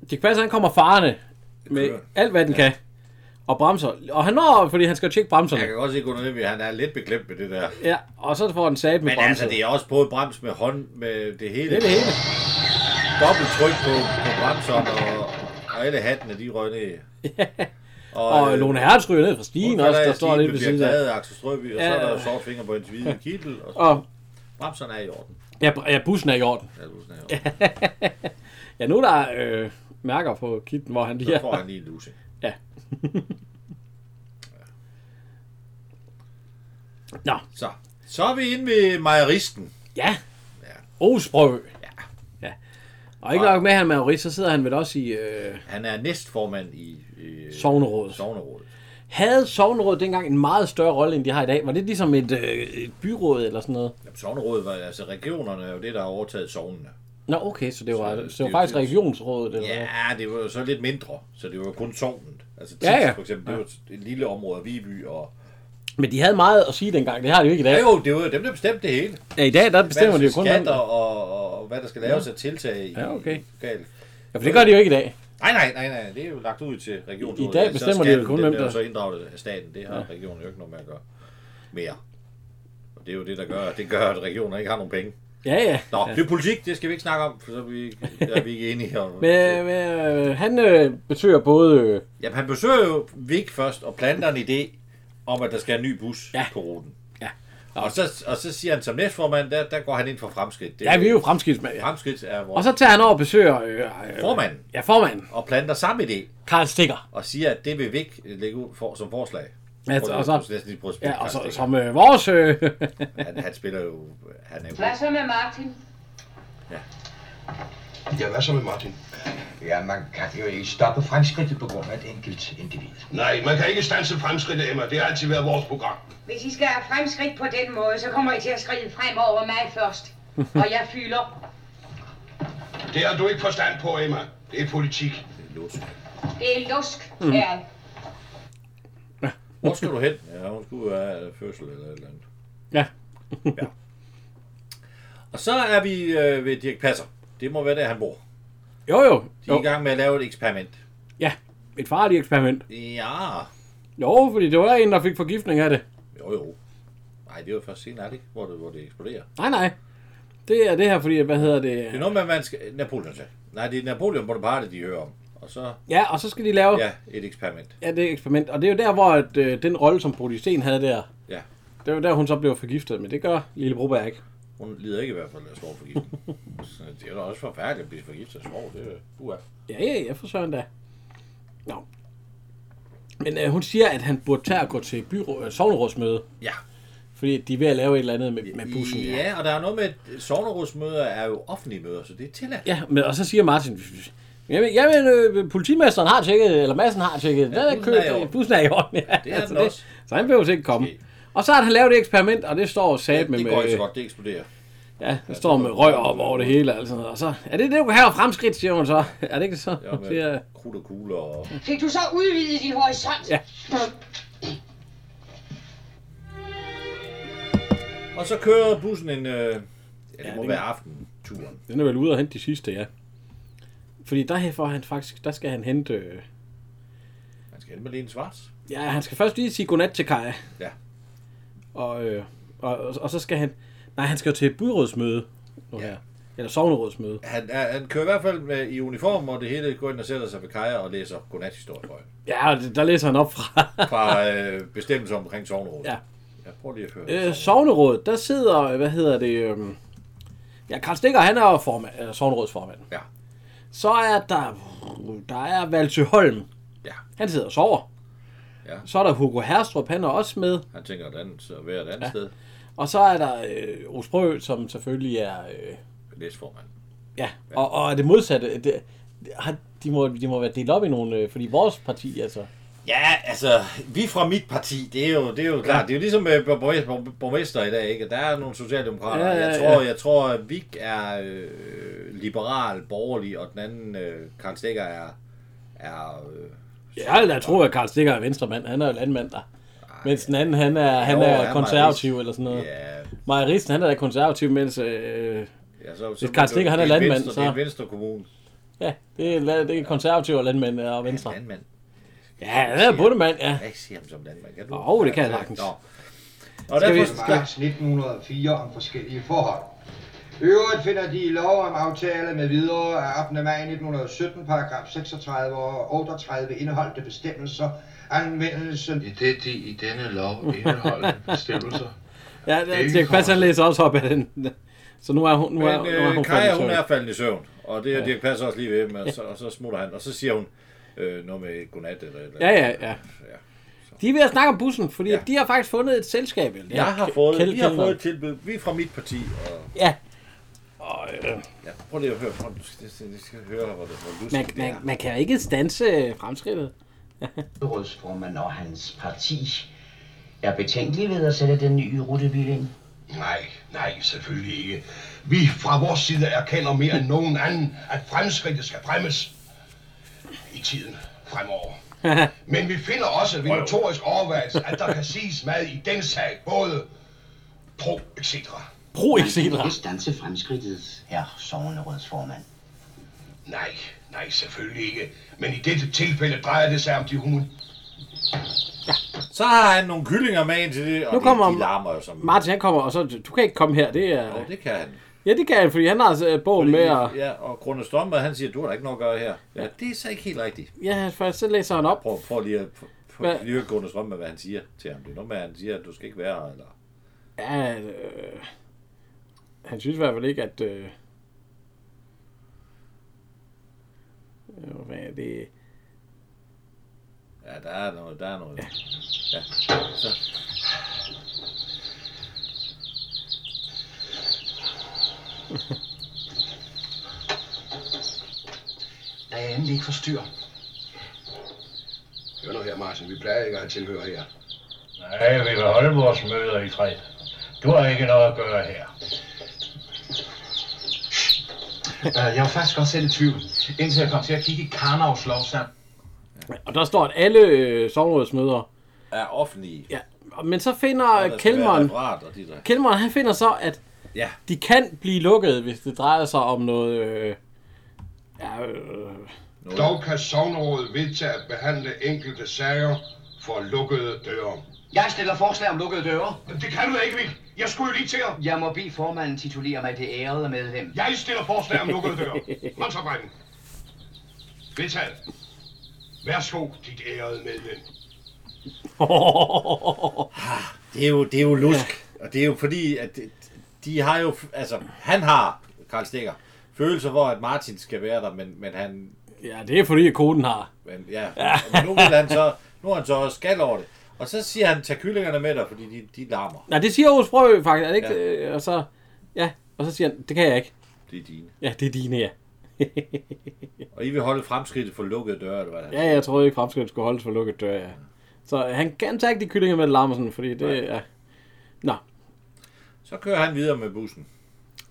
Speaker 2: Dirk Passer, han kommer farne med
Speaker 3: kører.
Speaker 2: alt, hvad den ja. kan. Og bremser. Og han når, fordi han skal tjekke bremserne.
Speaker 3: Jeg kan godt se, at Gunnar Lemvig, han er lidt beklemt med det der.
Speaker 2: Ja, og så får den sat med
Speaker 3: Men
Speaker 2: bremsen.
Speaker 3: altså, det er også både brems med hånd, med det hele.
Speaker 2: Det er det hele.
Speaker 3: Dobbelt tryk på, på bremserne, og, og alle hattene, de røg ned. øh,
Speaker 2: Og, og Lone Hertz ryger ned fra stigen også, der står lidt ved siden
Speaker 3: af.
Speaker 2: af.
Speaker 3: Axel Strøby, og så
Speaker 2: Ja.
Speaker 3: er der sort finger på en hvide kittel, og,
Speaker 2: Og-
Speaker 3: bremserne er i orden.
Speaker 2: Ja, br- ja, bussen er i orden.
Speaker 3: Ja, bussen er i
Speaker 2: orden. ja, nu er der øh, mærker på kitten, hvor han lige
Speaker 3: Så får han lige en lussing.
Speaker 2: Ja. Nå.
Speaker 3: Så. Så er vi inde ved mejeristen.
Speaker 2: Ja. Osbrø. Ja. ja. Og ikke nok med, at han er majorist, så sidder han vel også i... Øh,
Speaker 3: Han er næstformand i... Øh,
Speaker 2: Sognerådet.
Speaker 3: Sognerådet.
Speaker 2: Havde sovnerådet dengang en meget større rolle, end de har i dag? Var det ligesom et, øh, et byråd eller sådan noget?
Speaker 3: Jamen, Sognerådet var, altså regionerne er jo det, der har overtaget sognene.
Speaker 2: Nå, okay, så det var, så, det var
Speaker 3: jo
Speaker 2: faktisk
Speaker 3: det.
Speaker 2: regionsrådet. Eller hvad?
Speaker 3: Ja, det var jo så lidt mindre, så det var jo kun sognet. Altså Tils,
Speaker 2: Ja,
Speaker 3: ja,
Speaker 2: ja.
Speaker 3: ja. for eksempel, det var et lille område af Viby og...
Speaker 2: Men de havde meget at sige dengang, det har de jo ikke i dag.
Speaker 3: Ja, jo, det var jo dem, der bestemte det hele.
Speaker 2: Ja, i dag, der bestemmer de jo kun
Speaker 3: skatter
Speaker 2: hvem-
Speaker 3: og, og, og, hvad der skal laves af tiltag i,
Speaker 2: Ja, okay.
Speaker 3: i lokal.
Speaker 2: Ja, for det gør de jo ikke i dag.
Speaker 3: Nej, nej, nej, nej, det er jo lagt ud til regionen.
Speaker 2: I dag bestemmer de jo kun, hvem
Speaker 3: der...
Speaker 2: der-
Speaker 3: så inddraget af staten, det har ja. regionen jo ikke noget med at gøre mere. Og det er jo det, der gør, det gør, at regioner ikke har nogen penge.
Speaker 2: Ja, ja.
Speaker 3: Nå,
Speaker 2: Ja.
Speaker 3: det er politik, det skal vi ikke snakke om, for så er vi, ikke- der er vi ikke enige om.
Speaker 2: Men, men øh, han øh, besøger både... Øh,
Speaker 3: Jamen, han besøger jo Vig først og planter en idé om, at der skal en ny bus ja. på ruten.
Speaker 2: Ja.
Speaker 3: Og så, og så siger han som næstformand, der, der går han ind for fremskridt. Det,
Speaker 2: ja, vi er jo fremskridtsmænd. Ja.
Speaker 3: Fremskridt er vores
Speaker 2: Og så tager han over og besøger... Øh, øh,
Speaker 3: formand.
Speaker 2: Ja, formanden.
Speaker 3: Og planter samme idé.
Speaker 2: Karl Stikker.
Speaker 3: Og siger, at det vil Vig lægge ud for, som forslag.
Speaker 2: Ja,
Speaker 3: Prøv at-
Speaker 2: og så-
Speaker 3: prøv næsten lige at prøve at spille
Speaker 2: Ja, og så,
Speaker 3: Carsten
Speaker 2: som øh, vores... Øh,
Speaker 3: Dick. han, han spiller jo... Han er jo...
Speaker 5: Hvad så med Martin?
Speaker 4: Ja, hvad så med Martin?
Speaker 8: Ja, man kan jo ikke stoppe fremskridtet på grund af et enkelt individ.
Speaker 10: Nej, man kan ikke stanse fremskridt, Emma. Det har altid været vores program.
Speaker 5: Hvis I skal have fremskridt på den måde, så kommer I til at skride frem over mig først. Og jeg fylder.
Speaker 10: Det har du ikke forstand på, Emma. Det er politik.
Speaker 5: Det er lusk,
Speaker 3: Mhm.
Speaker 5: her.
Speaker 3: Hvor skal du hen? Ja, hun skulle ud af fødsel eller et eller andet.
Speaker 2: Ja.
Speaker 3: ja. Og så er vi øh, ved Dirk Passer. Det må være der, han bor.
Speaker 2: jo, jo.
Speaker 3: De er i
Speaker 2: jo.
Speaker 3: gang med at lave et eksperiment.
Speaker 2: Ja, et farligt eksperiment.
Speaker 3: Ja.
Speaker 2: Jo, fordi det var en, der fik forgiftning af det.
Speaker 3: Jo, jo. Nej, det var først senere, er det ikke? Hvor det, hvor det eksploderer.
Speaker 2: Nej, nej. Det er det her, fordi... Hvad hedder
Speaker 3: Det er
Speaker 2: det?
Speaker 3: noget med, at man skal... Napoleon sagde. Nej, det er Napoleon Bonaparte, de hører om. Og så...
Speaker 2: Ja, og så skal de lave...
Speaker 3: Ja, et eksperiment.
Speaker 2: Ja, det er eksperiment. Og det er jo der, hvor at, øh, den rolle, som Brody Sten havde der,
Speaker 3: Ja.
Speaker 2: det var der, hun så blev forgiftet. Men det gør Lille Broberg ikke.
Speaker 3: Hun lider ikke i hvert fald af svovlforgiftning. Så det er da også forfærdeligt at blive forgiftet af svovl. Det er uaf.
Speaker 2: Ja, ja, ja, for søren da. Nå. Men øh, hun siger, at han burde tage og gå til byrå, øh, sovnerådsmøde.
Speaker 3: Ja.
Speaker 2: Fordi de er ved at lave et eller andet med, med bussen.
Speaker 3: Ja, og der er noget med, at sovnerådsmøder er jo offentlige møder, så det er tilladt.
Speaker 2: ja men, og så siger Martin, jamen, jamen øh, politimesteren har tjekket, eller massen har tjekket, ja, den er
Speaker 3: bussen er i
Speaker 2: kørt,
Speaker 3: orden."
Speaker 2: øh, bussen er i orden. Ja,
Speaker 3: det er den også.
Speaker 2: Så han behøver ikke komme. Og så har han lavet et eksperiment, og det står sat med...
Speaker 3: Det går ikke så godt, det eksploderer.
Speaker 2: Ja, der står med rør op over det hele. Altså. Og så, er det det, du kan have fremskridt, siger hun så? Er det ikke så?
Speaker 3: Ja, med
Speaker 2: siger,
Speaker 3: krudt og kugler og...
Speaker 5: Fik du så udvidet din horisont?
Speaker 2: Ja.
Speaker 3: Og så kører bussen en... Øh, ja, det må
Speaker 2: den-
Speaker 3: være aftenturen.
Speaker 2: Den er vel ude og hente de sidste, ja. Fordi der får han faktisk, der skal han hente... øh,
Speaker 3: Han skal hente Malene Svarts.
Speaker 2: Ja, han skal først lige sige godnat til Kaja.
Speaker 3: Ja.
Speaker 2: Og, øh, og, og, og så skal han... Nej, han skal jo til et byrådsmøde nu ja. her. Eller sovnerådsmøde.
Speaker 3: Han, er, han kører i hvert fald med, i uniform, og det hele går ind og sætter sig ved Kaja og læser godnathistorie for hende.
Speaker 2: Ja, og det- der læser han op fra.
Speaker 3: Fra øh, bestemmelser omkring sovnerådet.
Speaker 2: Ja.
Speaker 3: Jeg prøver lige at høre.
Speaker 2: Øh, sovnerådet, der sidder, øh, hvad hedder det, øhm, ja, Karl Stikker, han er jo formand, øh, sovnerådsformand.
Speaker 3: Ja.
Speaker 2: Så er der, der er Valsø Holm.
Speaker 3: Ja.
Speaker 2: Han sidder og sover.
Speaker 3: Ja.
Speaker 2: Så er der Hugo Herstrup, han er også med.
Speaker 3: Han tænker et andet, så være et andet ja.
Speaker 2: Ja.
Speaker 3: sted.
Speaker 2: Og så er der øh, Osprø, som selvfølgelig er, øh,
Speaker 3: Læsformand.
Speaker 2: ja, og, og er det modsatte. Det, har- de, må, de må være delt op i nogle, øh, fordi vores parti, altså,
Speaker 3: Ja, altså, vi fra mit parti, det er jo, det er jo klart, det er jo ligesom med borg- borg- borgmester i dag, ikke? Der er nogle socialdemokrater,
Speaker 2: Ja, ja,
Speaker 3: jeg tror,
Speaker 2: ja.
Speaker 3: jeg tror, at Vig er øh, liberal, borgerlig, og den anden, øh, Karl Stikker, er, er øh,
Speaker 2: jeg vil da tro, at Karl Stikker er venstremand, han er jo landmand der. Mens den anden, han er, han
Speaker 3: Jo, han
Speaker 2: er
Speaker 3: er
Speaker 2: konservativ
Speaker 3: mejerist.
Speaker 2: eller sådan noget.
Speaker 3: Ja.
Speaker 2: Mejeristen, han er da konservativ, mens øh,
Speaker 3: ja, så,
Speaker 2: Hvis Karl Stikker, han er
Speaker 3: det en
Speaker 2: landmand,
Speaker 3: venstre,
Speaker 2: så-
Speaker 3: Det er en venstre kommune.
Speaker 2: Ja, det er, la- det er konservative og landmænd øh, og venstre.
Speaker 3: landmand.
Speaker 2: Ja, han er bundemand, ja.
Speaker 3: Jeg kan ikke se ham som landmand. Kan du?
Speaker 2: Åh, det kan jeg sagtens.
Speaker 3: Nå. Og
Speaker 4: Og
Speaker 3: derfor,
Speaker 4: der
Speaker 3: vi...
Speaker 4: er marts 1904 om forskellige forhold. Øvrigt finder de i lov om aftale med videre af 18. maj 1917, paragraf 36 og 38 indeholdte bestemmelser anvendelsen. I det de i denne lov indeholdte bestemmelser.
Speaker 2: Ja, det, det kan passe, han læser også op af den. Så nu er hun, nu er, nu er
Speaker 3: Men
Speaker 2: hun
Speaker 3: øh,
Speaker 2: faldet i
Speaker 3: Kaja, hun
Speaker 2: søvn.
Speaker 3: er faldet i søvn, og det er
Speaker 2: Ja.
Speaker 3: Dirk Passer også lige ved med, og så, og så smutter han, og så siger hun øh, noget med godnat eller et eller
Speaker 2: Ja,
Speaker 3: andet.
Speaker 2: ja, ja. De er ved at snakke om bussen, fordi ja. de har faktisk fundet et selskab. Eller?
Speaker 3: Jeg har fået, vi har fået et tilbud. Vi er fra mit parti. Og,
Speaker 2: Ja. Og, øh,
Speaker 3: ja, prøv lige at høre. Prøv, du skal, det- det skal høre, hvor det, hvor
Speaker 2: man,
Speaker 3: lustigt det
Speaker 2: man,
Speaker 3: er.
Speaker 2: man kan jo ikke stanse øh, fremskridtet.
Speaker 12: Rådsformand og hans parti er betænkelig ved at sætte den nye rutebil ind.
Speaker 13: Nej, nej, selvfølgelig ikke. Vi fra vores side erkender mere end nogen anden, at fremskridtet skal fremmes i tiden fremover. Men vi finder også ved notorisk overvejelse, at der kan siges meget i den sag, både pro etc.
Speaker 2: Pro
Speaker 12: Man kan ikke stanse fremskridtet, herr Sognerådsformand.
Speaker 13: Nej, nej, selvfølgelig ikke. Men i dette tilfælde drejer det sig om de human...
Speaker 3: Så har han nogle kyllinger med ind til det, og
Speaker 2: Nu
Speaker 3: nu kommer
Speaker 2: kommer-
Speaker 3: de, de larmer jo som...
Speaker 2: Martin, han kommer, og så, du kan ikke komme her, det er...
Speaker 3: Jo, det kan han.
Speaker 2: Ja, det kan han, fordi han har altså øh, bogen med, og...
Speaker 3: Ja, og Grunde Strømmer, han siger, du har da ikke noget at gøre her. Ja, det er så ikke helt rigtigt.
Speaker 2: Ja, først så læser han op.
Speaker 3: Prøv, prøv lige at...
Speaker 2: Hvad?
Speaker 3: Prøv lige at Grunde Strømmer, hvad han siger til ham. Det er noget med, at han siger, at du skal ikke være her, eller...
Speaker 2: Ja, øh, han synes i hvert fald ikke, at... Øh, øh, hvad er det?
Speaker 3: Ja, der er noget, der er noget. Ja. ja. Så.
Speaker 13: Der er andet ikke forstyr. Hør nu her, Martin. Vi plejer ikke at tilhøre her.
Speaker 10: Nej, vi vil holde vores møder i fred. Du har ikke noget at gøre her.
Speaker 11: Øh, jeg var faktisk også selv i tvivl, indtil jeg kom til at kigge i Karnavs lovsang.
Speaker 2: Og der står, at alle øh, sovnerådsmøder...
Speaker 3: Er offentlige.
Speaker 2: Ja, men så finder
Speaker 3: der
Speaker 2: øh,
Speaker 3: skal være
Speaker 2: Kjellmeren...
Speaker 3: referat og dit og-
Speaker 2: Kjellmeren, han finder så, at
Speaker 3: Ja.
Speaker 2: de kan blive lukket, hvis det drejer sig om noget... Øh, ja, øh,
Speaker 13: Dog kan sovnerådet vedtage at behandle enkelte sager for lukkede døre.
Speaker 12: Jeg stiller forslag om lukkede døre.
Speaker 13: Det kan du da ikke, Vig. Jeg skulle jo lige til at...
Speaker 12: Jeg må bede formanden titulere mig det ærede medlem.
Speaker 13: Jeg stiller forslag om lukkede døre. Håndsoprækken. Vedtaget. Værsgo, dit ærede medlem.
Speaker 3: Det er jo, det er jo lusk. Og det er jo fordi, at det- de har jo... Altså, han har, Karl Stikker, følelser for, at Martin skal være der, men, men han...
Speaker 2: ja, det er fordi, at koden har...
Speaker 3: Men, ja, Men nu, vil han så, nu er han så også skal over det. Og så siger han, tag kyllingerne med dig, fordi de, de larmer.
Speaker 2: Nej, det siger Aarhus Brø, faktisk. Er det ikke?
Speaker 3: Ja.
Speaker 2: Ja. Og så... Ja, og så siger han, det kan jeg ikke.
Speaker 3: Det er dine.
Speaker 2: Ja, det er dine, ja.
Speaker 3: Og I vil holde fremskridtet for lukkede døre, eller hvad det er.
Speaker 2: Ja, øh, jeg troede ikke, fremskridt skulle holdes for lukket dør, ja. Så han kan tage ikke de kyllinger med lammelsen, fordi det er... Ja. Nå.
Speaker 3: Så kører han videre med bussen.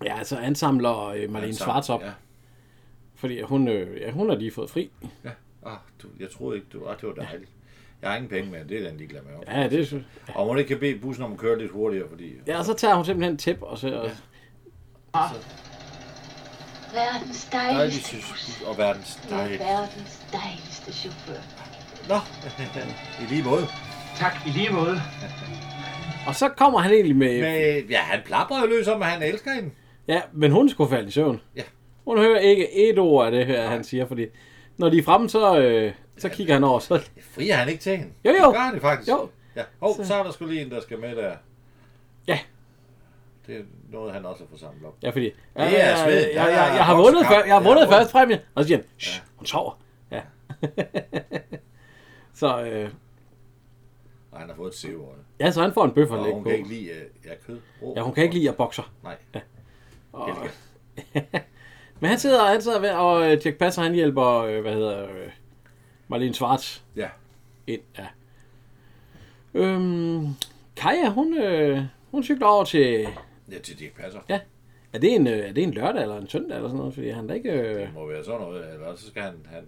Speaker 2: Ja, altså han samler øh, Marlene
Speaker 3: Ansamler,
Speaker 2: Svarts op.
Speaker 3: ja.
Speaker 2: Fordi hun, øh, ja, hun har lige fået fri.
Speaker 3: Ja. Ah, du, jeg troede ikke, du ah, det var dejligt. Jeg har ingen penge med, det er den ligeglad med.
Speaker 2: Ja, det er så-
Speaker 3: Og hun ikke kan bede bussen om at køre lidt hurtigere, fordi...
Speaker 2: Ja, og så tager hun simpelthen tæp, og så... Ja.
Speaker 14: Verdens
Speaker 3: Dejligt,
Speaker 14: dejligste
Speaker 3: synes og verdens
Speaker 14: Det er
Speaker 3: dejligt.
Speaker 14: verdens dejligste chauffør.
Speaker 3: Nå, i lige måde.
Speaker 11: Tak, i lige måde.
Speaker 2: Og så kommer han egentlig med...
Speaker 3: med ja, han plapper jo løs om, at han elsker hende.
Speaker 2: Ja, men hun skulle falde i søvn.
Speaker 3: Ja.
Speaker 2: Hun hører ikke et ord af det her, han siger, fordi... Når de er fremme, så, øh, så kigger han over, så...
Speaker 3: Frier han ikke til hende?
Speaker 2: Jo, jo.
Speaker 3: Det gør han faktisk.
Speaker 2: Jo.
Speaker 3: Ja. Hov, så... så er der skulle lige en, der skal med der.
Speaker 2: Ja.
Speaker 3: Det er noget, han også har fået samlet op.
Speaker 2: Ja, fordi... Det
Speaker 3: er sved.
Speaker 2: Jeg, jeg,
Speaker 3: Der
Speaker 2: jeg,
Speaker 3: er
Speaker 2: jeg har vundet,
Speaker 3: boksekamp.
Speaker 2: før, jeg har
Speaker 3: Ja,
Speaker 2: vundet
Speaker 3: vundet.
Speaker 2: første præmie. Og så siger han, Shh, hun sover. Ja. så, øh,
Speaker 3: Og han har fået et sæbeøje.
Speaker 2: ja, så han får en bøf at
Speaker 3: Og
Speaker 2: lægge
Speaker 3: hun
Speaker 2: på.
Speaker 3: kan ikke lide, øh, ja, kød. Rå.
Speaker 2: Ja, hun kan ikke lide at bokser.
Speaker 3: Nej.
Speaker 2: Ja. Og...
Speaker 3: Elsker.
Speaker 2: Men han sidder, han sidder ved, og øh, Jack Passer, han hjælper, øh, hvad hedder, øh, Marlene Schwartz
Speaker 3: Ja.
Speaker 2: ind. Ja. Øhm, Kaja, hun, øh, hun cykler over til,
Speaker 3: Ja, til Dirk Passer.
Speaker 2: ja, er det, en, øh, er det en lørdag eller en søndag eller sådan noget, fordi han da ikke... Øh,
Speaker 3: Det må være sådan noget, eller også så skal han... han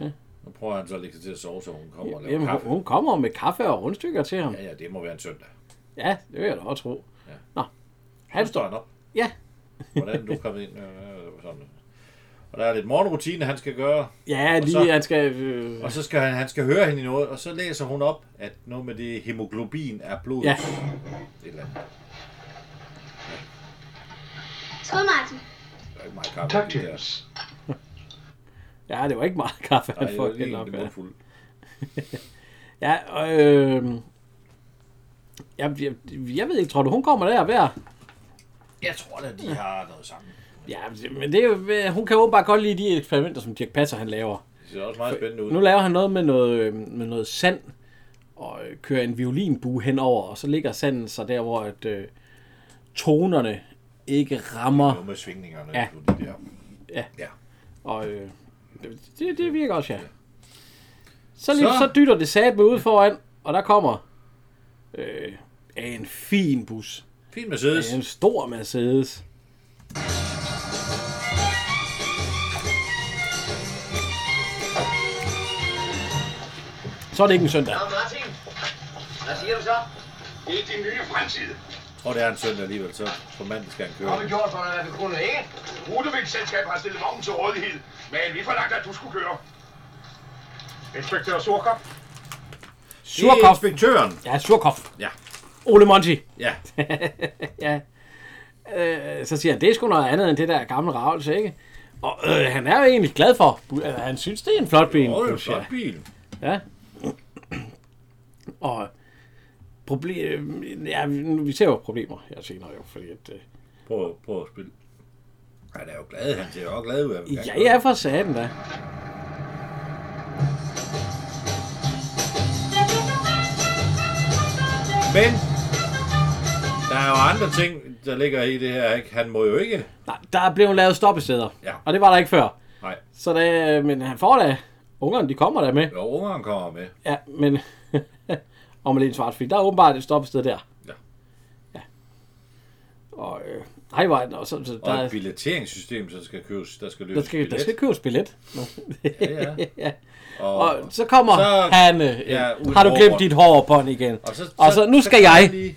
Speaker 2: Ja.
Speaker 3: Nu prøver han så at lægge sig til at sove, så hun kommer og laver
Speaker 2: jamen, hun,
Speaker 3: kaffe.
Speaker 2: hun kommer med kaffe og rundstykker til ham.
Speaker 3: Ja, ja, det må være en søndag.
Speaker 2: Ja, det vil jeg da også tro.
Speaker 3: Ja.
Speaker 2: Nå,
Speaker 3: Han står han op.
Speaker 2: Ja.
Speaker 3: Hvordan er du kommet ind? Øh, øh, sådan. Og der er lidt morgenrutine, han skal gøre.
Speaker 2: ja
Speaker 3: Og
Speaker 2: lige,
Speaker 3: så-
Speaker 2: han skal... Øh,
Speaker 3: Og så skal han, han skal høre hende i noget, og så læser hun op, at noget med det hemoglobin er blod.
Speaker 2: Ja.
Speaker 3: Et eller andet.
Speaker 7: Skål, Martin.
Speaker 3: Der er ikke meget kaffe. Tak til os.
Speaker 2: Ja, det var ikke meget kaffe,
Speaker 3: Nej,
Speaker 2: han
Speaker 3: det
Speaker 2: får
Speaker 3: var lige
Speaker 2: helt
Speaker 3: en
Speaker 2: op. Ja.
Speaker 3: mundfuld.
Speaker 2: ja, og øh, jeg, jeg, jeg ved ikke, tror du, hun kommer der hver?
Speaker 3: Jeg tror da, de har noget sammen.
Speaker 2: Ja, men det er jo, øh, hun kan jo bare godt lide de eksperimenter, som Dirk Passer han laver.
Speaker 3: Det ser også meget spændende ud.
Speaker 2: Nu laver han noget med noget, øh, med noget sand, og øh, kører en violinbue henover, og så ligger sanden så der, hvor at, øh, tonerne ikke rammer.
Speaker 3: Noget med svingningerne.
Speaker 2: Ja.
Speaker 3: på de der.
Speaker 2: Ja.
Speaker 3: ja.
Speaker 2: Og øh, det, det virker også, ja. Så,
Speaker 3: Så-
Speaker 2: lige, så dytter det satme ud foran, og der kommer øh, en fin bus.
Speaker 3: Fin Mercedes.
Speaker 2: Ja, en stor Mercedes. Så er det ikke en søndag.
Speaker 9: Nå, Martin, hvad siger du så? Det er din nye fremtid.
Speaker 3: Jeg tror, det er en søndag alligevel, så på mandag skal han køre.
Speaker 6: Har vi gjort for dig, hvad vi kunne, ikke? Rutebilselskabet har stillet vognen til rådighed, men vi forlangte, at du skulle køre. Inspektør Surkop.
Speaker 2: Surkopf.
Speaker 3: inspektøren.
Speaker 2: Ja, Surkopf.
Speaker 3: Ja.
Speaker 2: Ole Monti.
Speaker 3: Ja.
Speaker 2: ja. Øh, så siger han, det er sgu noget andet end det der gamle ravelse, ikke? Og øh, han er jo egentlig glad for. Øh, han synes, det er en flot bil.
Speaker 3: Åh, det er en
Speaker 2: synes jeg.
Speaker 3: flot bil.
Speaker 2: Ja. Og problem, ja, nu- vi ser jo problemer her senere jo, fordi at, øh,
Speaker 3: Prøv, prøv at spille. Han er jo glad, han ser jo også glad ud. Han vil gerne
Speaker 2: ja,
Speaker 3: køre.
Speaker 2: ja, for satan da.
Speaker 3: Men der er jo andre ting, der ligger i det her, ikke? Han må jo ikke.
Speaker 2: Nej, der blev lavet stoppesteder,
Speaker 3: Ja.
Speaker 2: og det var der ikke før.
Speaker 3: Nej.
Speaker 2: Så da, øh, men han får da, ungerne de kommer der med,
Speaker 3: Jo, ungeren kommer med.
Speaker 2: ja, men, og med lidt svart, fordi der er åbenbart et stoppested der.
Speaker 3: Ja.
Speaker 2: Ja. Og, øh, hej, var den, og så, så
Speaker 3: Og
Speaker 2: der,
Speaker 3: et billeteringssystem, som skal købes, der skal løbes
Speaker 2: der skal, der
Speaker 3: billet.
Speaker 2: skal købes billet.
Speaker 3: Ja, ja.
Speaker 2: ja.
Speaker 3: Og,
Speaker 2: Og så kommer så, han, øh, ja,
Speaker 3: ud
Speaker 2: har du
Speaker 3: over-
Speaker 2: glemt dit hår på igen?
Speaker 3: Og så,
Speaker 2: og så, nu skal
Speaker 3: kan
Speaker 2: jeg.
Speaker 3: man Lige,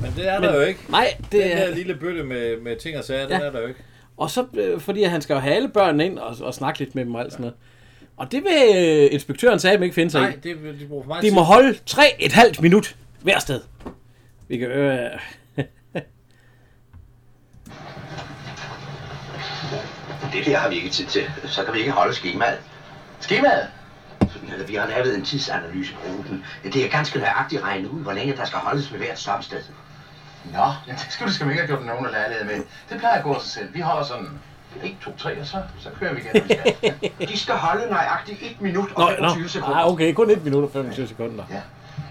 Speaker 3: men det er
Speaker 2: Men-
Speaker 3: der jo ikke.
Speaker 2: nej, det
Speaker 3: Den
Speaker 2: er-
Speaker 3: der lille bøtte med, med ting og sager, ja.
Speaker 2: Ja.
Speaker 3: den er der jo ikke.
Speaker 2: Og så, øh, fordi han skal jo have alle børnene ind og, og snakke lidt med dem og alt sådan noget. Og det vil øh, inspektøren sagde, at ikke finde sig
Speaker 3: Nej,
Speaker 2: i.
Speaker 3: det, de bruger for meget
Speaker 2: De
Speaker 3: tid.
Speaker 2: må holde tre et halvt minut hver sted. Vi kan øh,
Speaker 12: Det der har vi ikke tid til. Så kan vi ikke holde skemaet. Skemaet? Sådan, øh, Vi har lavet en tidsanalyse på ruten. Det er ganske nøjagtigt regnet ud, hvor længe der skal holdes ved hvert stopsted.
Speaker 9: Nå, ja, det skal du skal ikke have gjort nogen af lejlighed med. Det plejer at gå af sig selv. Vi holder sådan 1, 2, 3, og så, så kører vi igen.
Speaker 12: De skal holde nøjagtigt et minut
Speaker 2: nå, nå. Ah, okay, kun et minut og 25 sekunder. Ja.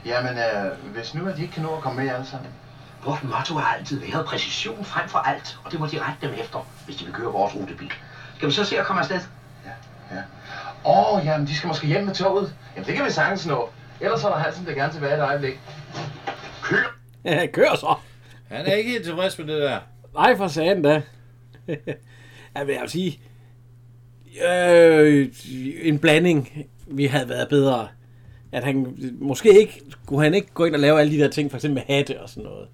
Speaker 9: Jamen, øh, hvis nu at de ikke kan nå at komme med alle sammen.
Speaker 12: Vort motto har altid været præcision frem for alt, og det må de rette dem efter, hvis de vil køre vores rutebil. Skal vi så se at komme afsted?
Speaker 9: Åh, oh, jamen, de skal måske hjem med toget. Jamen, det kan vi sagtens nå. Ellers holder Hansen det gerne tilbage et øjeblik. Kør!
Speaker 2: Ja, kør så.
Speaker 3: Han er ikke helt tilfreds med det der.
Speaker 2: Nej, for sagen da. ja, vil jeg vil sige, øh, en blanding vi havde været bedre. At han måske ikke, kunne han ikke gå ind og lave alle de der ting, for eksempel med hatte og sådan noget.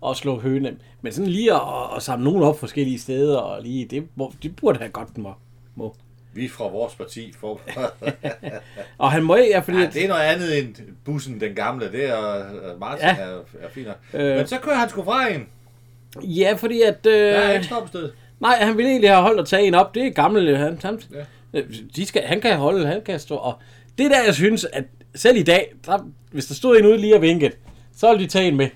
Speaker 2: Og slå høne. Men sådan lige at, at samle nogen op forskellige steder, og lige, det, må- det burde han godt må. må.
Speaker 3: Vi fra vores parti får...
Speaker 2: Og han må ikke, ja, fordi...
Speaker 3: Ja, det er noget andet end bussen, den gamle. Det er øh, Martin
Speaker 2: Ja.
Speaker 3: ja. er, er fint. nok.
Speaker 2: Øh.
Speaker 3: Men så kører han sgu fra en.
Speaker 2: Ja, fordi at... Øh,
Speaker 3: Der er ikke stopsted.
Speaker 2: Nej, han ville egentlig have holdt og tage en op. Det er gammel. Han, han,
Speaker 3: Ja.
Speaker 2: Øh, de skal, han kan holde, han kan stå. Og det der, jeg synes, at selv i dag, der, hvis der stod en ude lige og vinkede, så ville de tage en med.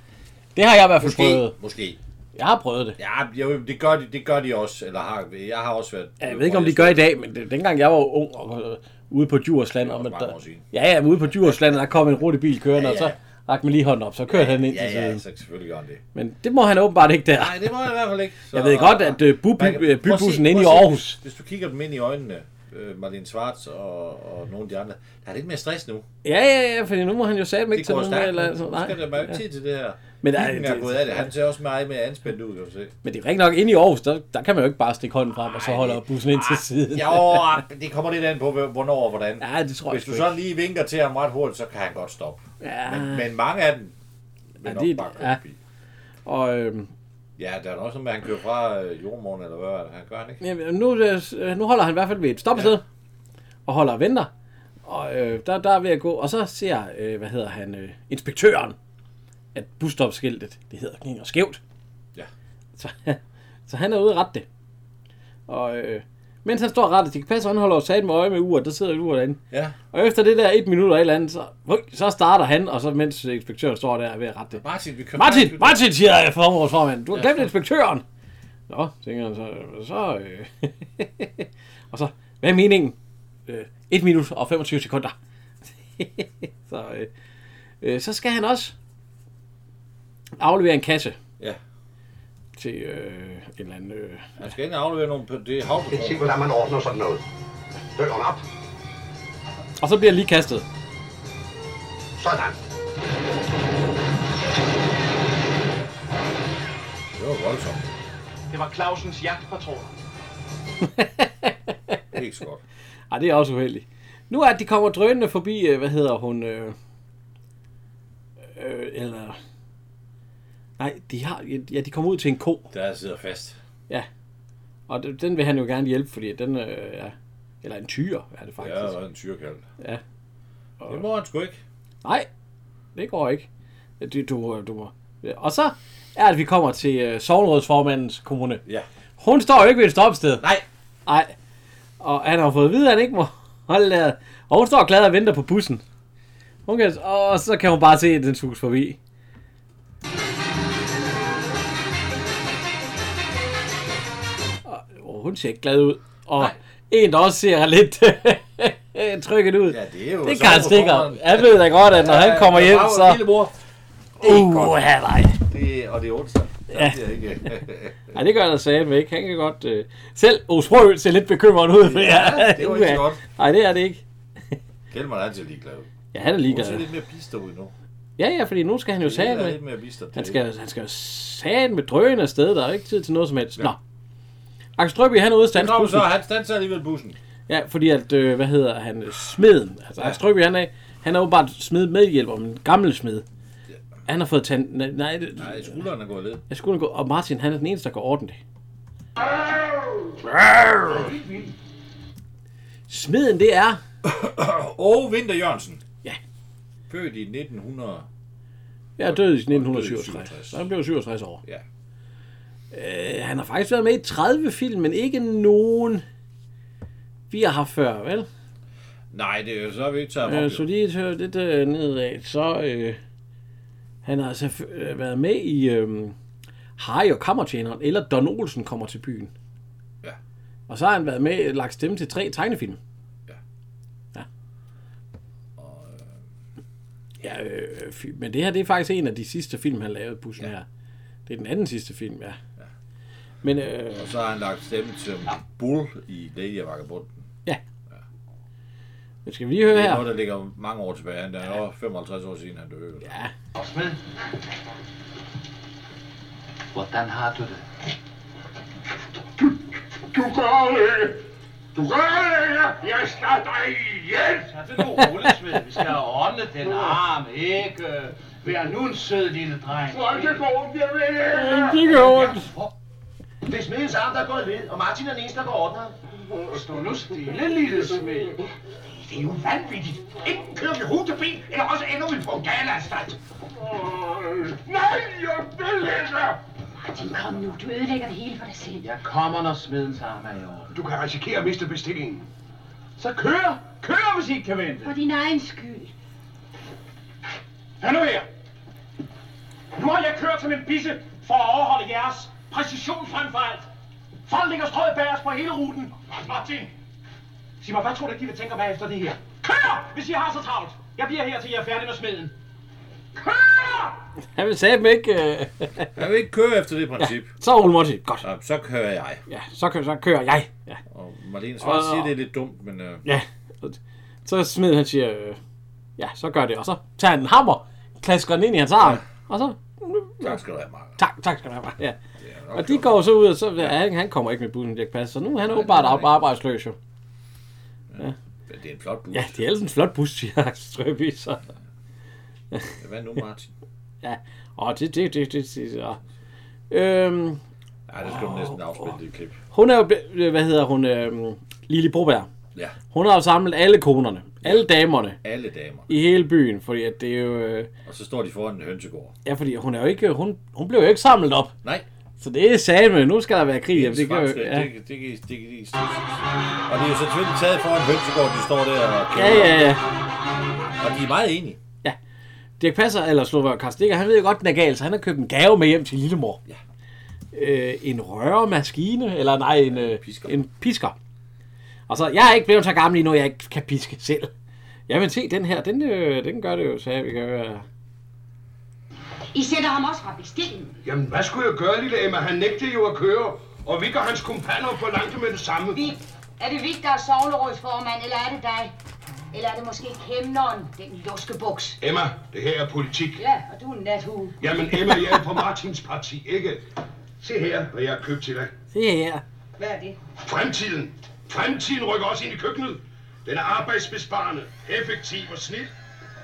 Speaker 2: Det har jeg i hvert fald
Speaker 3: Måske,
Speaker 2: prøvet.
Speaker 3: måske.
Speaker 2: Jeg har prøvet det.
Speaker 3: Ja, jo, det gør de, det gør de også. Eller har, jeg har også været...
Speaker 2: Ja, Jeg ved ikke, om de gør i dag, men det, dengang jeg var ung og øh, ude på Djursland, og man,
Speaker 3: mange
Speaker 2: der,
Speaker 3: år siden.
Speaker 2: ja, ja, men ude på Djursland, der kom en rutebil kørende,
Speaker 3: Ja,
Speaker 2: og
Speaker 3: ja.
Speaker 2: så rakte man lige hånden op, så kørte han ind
Speaker 3: Ja,
Speaker 2: til
Speaker 3: ja,
Speaker 2: siden.
Speaker 3: så selvfølgelig gør han det.
Speaker 2: Men det må han åbenbart ikke der.
Speaker 3: Nej, det må jeg i hvert fald ikke.
Speaker 2: Jeg ved godt, at, øh, bu- bu-
Speaker 3: Man kan-
Speaker 2: øh, bybussen
Speaker 3: prøv at se-
Speaker 2: inde i
Speaker 3: prøv at se,
Speaker 2: Aarhus.
Speaker 3: Hvis du kigger dem ind i øjnene, øh, Marlene Schwartz og, og nogle af de andre, der er lidt mere stress nu.
Speaker 2: Ja, ja, ja, for nu må han jo satme ikke
Speaker 3: Det
Speaker 2: til
Speaker 3: går
Speaker 2: nogen.
Speaker 3: stærkt.
Speaker 2: eller,
Speaker 3: Eller,
Speaker 2: sådan-
Speaker 3: nu skal der være tid til det her.
Speaker 2: Men
Speaker 3: Men
Speaker 2: der
Speaker 3: der
Speaker 2: er-
Speaker 3: er
Speaker 2: det-
Speaker 3: gået af det.
Speaker 2: ja.
Speaker 3: Han ser også meget mere anspændt ud, kan du se.
Speaker 2: Men det er rigtigt nok, inde i Aarhus, der, der kan man jo ikke bare stikke hånden frem, og så holder bussen ind til siden.
Speaker 3: Jo, det kommer lidt an på, hvornår og hvordan.
Speaker 2: Ja, det tror jeg
Speaker 3: Hvis du
Speaker 2: sgu
Speaker 3: så
Speaker 2: ikke.
Speaker 3: lige vinker til ham ret hurtigt, så kan han godt stoppe.
Speaker 2: Ja.
Speaker 3: Men, men mange af dem
Speaker 2: Ah. Ja,
Speaker 3: vil nok
Speaker 2: det-
Speaker 3: bare køre
Speaker 2: ja.
Speaker 3: forbi.
Speaker 2: Og øhm,
Speaker 3: Ja, der er også noget med, at han kører fra øh, jordmoren, eller hvad er det, han gør han ikke?
Speaker 2: jamen, nu, er det- øh, nu holder han i hvert fald ved et stopsted, ja. og holder og venter. Og øh, der, der er ved at gå, og så ser, øh, hvad hedder han, øh, inspektøren, at busstopskiltet, det hedder kninger skævt.
Speaker 3: Ja.
Speaker 2: Så, så han er ude at rette det. Og øh, mens han står og retter, det kan passe, at han holder jo sat med øje med uret, der sidder et ur derinde.
Speaker 3: Ja.
Speaker 2: Og efter det der et minut og et eller andet, så, vuk, så starter han, og så mens inspektøren står der ved at rette det.
Speaker 3: Martin, vi kører
Speaker 2: Martin,
Speaker 3: faktisk-
Speaker 2: Martin, siger jeg for vores formand. Du har
Speaker 3: Ja.
Speaker 2: glemt inspektøren. Nå, tænker han så. så øh. og så, hvad er meningen? Øh, 1 minut og 25 sekunder. så, øh, øh, så skal han også aflevere en kasse
Speaker 3: Ja.
Speaker 2: til øh, en eller anden... Øh,
Speaker 3: Han skal ind og aflevere nogle... på- Det er havbekort.
Speaker 2: Kan I se,
Speaker 3: hvordan man ordner sådan noget?
Speaker 9: Døren op.
Speaker 2: og så bliver han lige kastet.
Speaker 9: Sådan.
Speaker 3: Det var voldsomt.
Speaker 6: Det var Clausens jagtpatroner.
Speaker 3: Ikke så godt.
Speaker 2: Ej, det er også uheldigt. Nu er at de kommer drønende forbi, øh, hvad hedder hun? Øh, øh, eller... Nej, de har, ja, de kommer ud til en ko.
Speaker 3: Der sidder fast.
Speaker 2: Ja. Og d- den vil han jo gerne hjælpe, fordi den øh, ja. Eller en tyr, er det faktisk.
Speaker 3: Ja, der er en tyrkald.
Speaker 2: Ja.
Speaker 3: Det må han sgu ikke.
Speaker 2: Nej, det går ikke. Du, du, du må. Ja, Og så er at vi kommer til øh, sovnrådsformandens kommune.
Speaker 3: Ja.
Speaker 2: Hun står jo ikke ved et stopsted.
Speaker 3: Nej.
Speaker 2: Nej. Og han har fået at vide, at han ikke må holde der. Og hun står glad og venter på bussen. Hun kan, og så kan hun bare se, at den suges forbi. Og, og hun ser ikke glad ud. Og Nej. en, der også ser lidt trykket ud. Ja,
Speaker 3: det er jo
Speaker 2: Det
Speaker 3: så
Speaker 2: kan han stikke.
Speaker 3: overformand.
Speaker 2: Jeg ved da godt, at når
Speaker 3: Ja,
Speaker 2: han kommer
Speaker 3: der
Speaker 2: hjem,
Speaker 3: var jo en
Speaker 2: så...
Speaker 3: lillebror.
Speaker 2: Uh, ja, nej.
Speaker 3: Det, og det er onsdag. Der
Speaker 2: Ja.
Speaker 3: bliver ikke.
Speaker 2: Nej, det gør der sagde ikke. Han kan godt... Øh... Selv Osprø ser lidt bekymret ud. for-
Speaker 3: Ja, det var ikke så
Speaker 2: uha.
Speaker 3: godt.
Speaker 2: Nej, det er det ikke.
Speaker 3: Kjellmann er altid ligeglad.
Speaker 2: Ja, han er ligeglad.
Speaker 3: Hun ser lidt mere pister ud nu.
Speaker 2: Ja, ja, fordi nu skal han jo
Speaker 3: Det er
Speaker 2: sat
Speaker 3: lidt mere
Speaker 2: med...
Speaker 3: bister, det
Speaker 2: Han
Speaker 3: er
Speaker 2: skal,
Speaker 3: ikke.
Speaker 2: han skal sat med drøen afsted. Der er jo ikke tid til noget som helst. Nå. Axel Strøby, han er ude at
Speaker 3: Så
Speaker 2: stands
Speaker 3: kommer så,
Speaker 2: bussen.
Speaker 3: han standser alligevel bussen.
Speaker 2: Ja, fordi at, øh, hvad hedder han, øh, smeden. Altså, Axel Strøby, han er, han er åbenbart smed medhjælper, men en gammel smed. Han har fået tand... Nej, nej, det,
Speaker 3: Nej, skulderen er gået lidt.
Speaker 2: jeg skulle gå... Og Martin, han er den eneste, der går ordentligt. Smeden, det er...
Speaker 3: Og Vinter Jørgensen.
Speaker 2: Ja.
Speaker 3: Født i 1900.
Speaker 2: Jeg er død i 1967, så han blev 67 år.
Speaker 3: Ja.
Speaker 2: Øh, han har faktisk været med i 30 film, men ikke nogen, vi har haft før, vel?
Speaker 3: Nej, det er jo så har vi ikke taget ham
Speaker 2: Øh,
Speaker 3: op.
Speaker 2: så
Speaker 3: jo.
Speaker 2: lige til lidt øh, nedad, så øh, han har altså øh, været med i øh, Harry og Kammertjeneren, eller Don Olsen kommer til byen.
Speaker 3: Ja.
Speaker 2: Og så har han været med, lagt stemme til tre tegnefilm. Ja. Ja, øh, fy- men det her det er faktisk en af de sidste film, han lavede, Bussen ja. her. Det er den anden sidste film, ja. ja. Men øh,
Speaker 3: Og så har han lagt stemme til Bull i Lady og Vagabunden.
Speaker 2: Ja. Det skal vi lige høre
Speaker 3: Det er
Speaker 2: her.
Speaker 3: noget, der ligger mange år tilbage. Han er over 55 år siden, han døde.
Speaker 2: Ja.
Speaker 9: Og smed. Hvordan har du det?
Speaker 15: Du gør det! Du gør det! Jeg, jeg slår dig ihjel!
Speaker 9: Ja, det er nu roligt, Smed. Vi skal have ordnet den arm, ikke? Vær nu en sød lille dreng.
Speaker 15: Folk kan gå om, jeg vil
Speaker 9: Ja,
Speaker 15: ikke!
Speaker 9: det gør ondt.
Speaker 15: Det er smedens arm, der er gået ved, og Martin er den eneste, der går ordner.
Speaker 9: Stå nu stille, lille Smed.
Speaker 15: Det er jo vanvittigt. Enten kører vi hovedbil, eller også ender vi på en galanstalt. Nej, jeg vil ikke!
Speaker 9: Martin, kom nu. Du ødelægger det hele for dig selv. Jeg kommer, når smedens arm er i orden. Du kan risikere at miste bestillingen. Så kør! Kør, hvis I ikke kan vente.
Speaker 14: For din egen skyld.
Speaker 15: Hør nu her. Nu har jeg kørt som en bisse for at overholde jeres præcision frem for alt. Folk ligger strøget bag os på hele ruten. Martin! Sig mig, hvad tror du ikke, de vil tænke om efter det her? Kør, hvis I har så travlt. Jeg bliver her, til jeg er færdig med smeden.
Speaker 2: Han vil sætte ikke... Øh...
Speaker 3: Han vil ikke køre efter det princip.
Speaker 2: Ja, så Ole Monty. Godt.
Speaker 3: Ja, så kører jeg.
Speaker 2: Ja, så, kører, så kører jeg. Ja.
Speaker 3: Og Marlene Svart
Speaker 2: Og-
Speaker 3: siger, det er lidt dumt, men... Øh,
Speaker 2: ja. Så smed han siger... Øh... Ja, så gør det. Og så tager han en hammer, klasker den ind i hans arm. Ja. Og så...
Speaker 3: Tak skal du have, Mark.
Speaker 2: Tak, tak skal du have. Ja. Og de går så ud, og så... Ja, han- han kommer ikke med bussen, Dirk Passer. Så nu er han åbenbart op- arbejdsløs jo. Ja.
Speaker 3: Men det er en flot bus.
Speaker 2: Ja, det er ellers en flot bus, siger Strøby, så...
Speaker 3: Hvad nu, Martin?
Speaker 2: ja, og det, det, det, det, det, så. Øhm,
Speaker 3: Nej, det skal du næsten afspille, det klip.
Speaker 2: hun er jo, ble- øh, hvad hedder hun, øhm, Lili Broberg.
Speaker 3: Ja.
Speaker 2: Hun har jo samlet alle konerne, alle damerne
Speaker 3: Alle damer.
Speaker 2: i hele byen, fordi at det er jo, øh,
Speaker 3: Og så står de foran en hønsegård.
Speaker 2: ja, fordi hun er jo ikke, hun, hun blev jo ikke samlet op.
Speaker 3: Nej.
Speaker 2: Så det er satme, nu skal der være krig, jamen, det
Speaker 3: det,
Speaker 2: kan
Speaker 3: det,
Speaker 2: jo,
Speaker 3: det,
Speaker 2: ja.
Speaker 3: det, det, kan I- det, kan I stikke. Og det er jo selvfølgelig taget foran hønsegård, de står der og
Speaker 2: Ja, ja, ja.
Speaker 3: Og de er meget enige.
Speaker 2: Ja. Dirk Passer, eller Slovak Karl Stikker, han ved jo godt, den er gal, så han har købt en gave med hjem til lillemor. Ja. Øh, en røremaskine, eller nej, en, øh, pisker. en pisker. Og så, jeg er ikke blevet så gammel lige nu, jeg ikke kan piske selv. Ja, men se, den her, den, øh, den gør det jo, øh, så vi kan høre.
Speaker 5: I sætter ham også fra bestillingen.
Speaker 13: Jamen, hvad skulle jeg gøre, lille Emma? Han nægtede jo at køre, og Viggo og hans kumpaner forlangte med det samme.
Speaker 5: Vi... Er det Vigter og sovnerådsformand, eller er det dig? Eller er det måske kæmneren, den luskebuks?
Speaker 13: Emma, det her er politik.
Speaker 5: Ja, og du er en nathue.
Speaker 13: Jamen, Emma, jeg er på Martins parti, ikke? Se her, hvad jeg har købt til dig.
Speaker 2: Se her.
Speaker 5: Hvad er det?
Speaker 13: Fremtiden. Fremtiden rykker også ind i køkkenet. Den er arbejdsbesparende, effektiv og snil.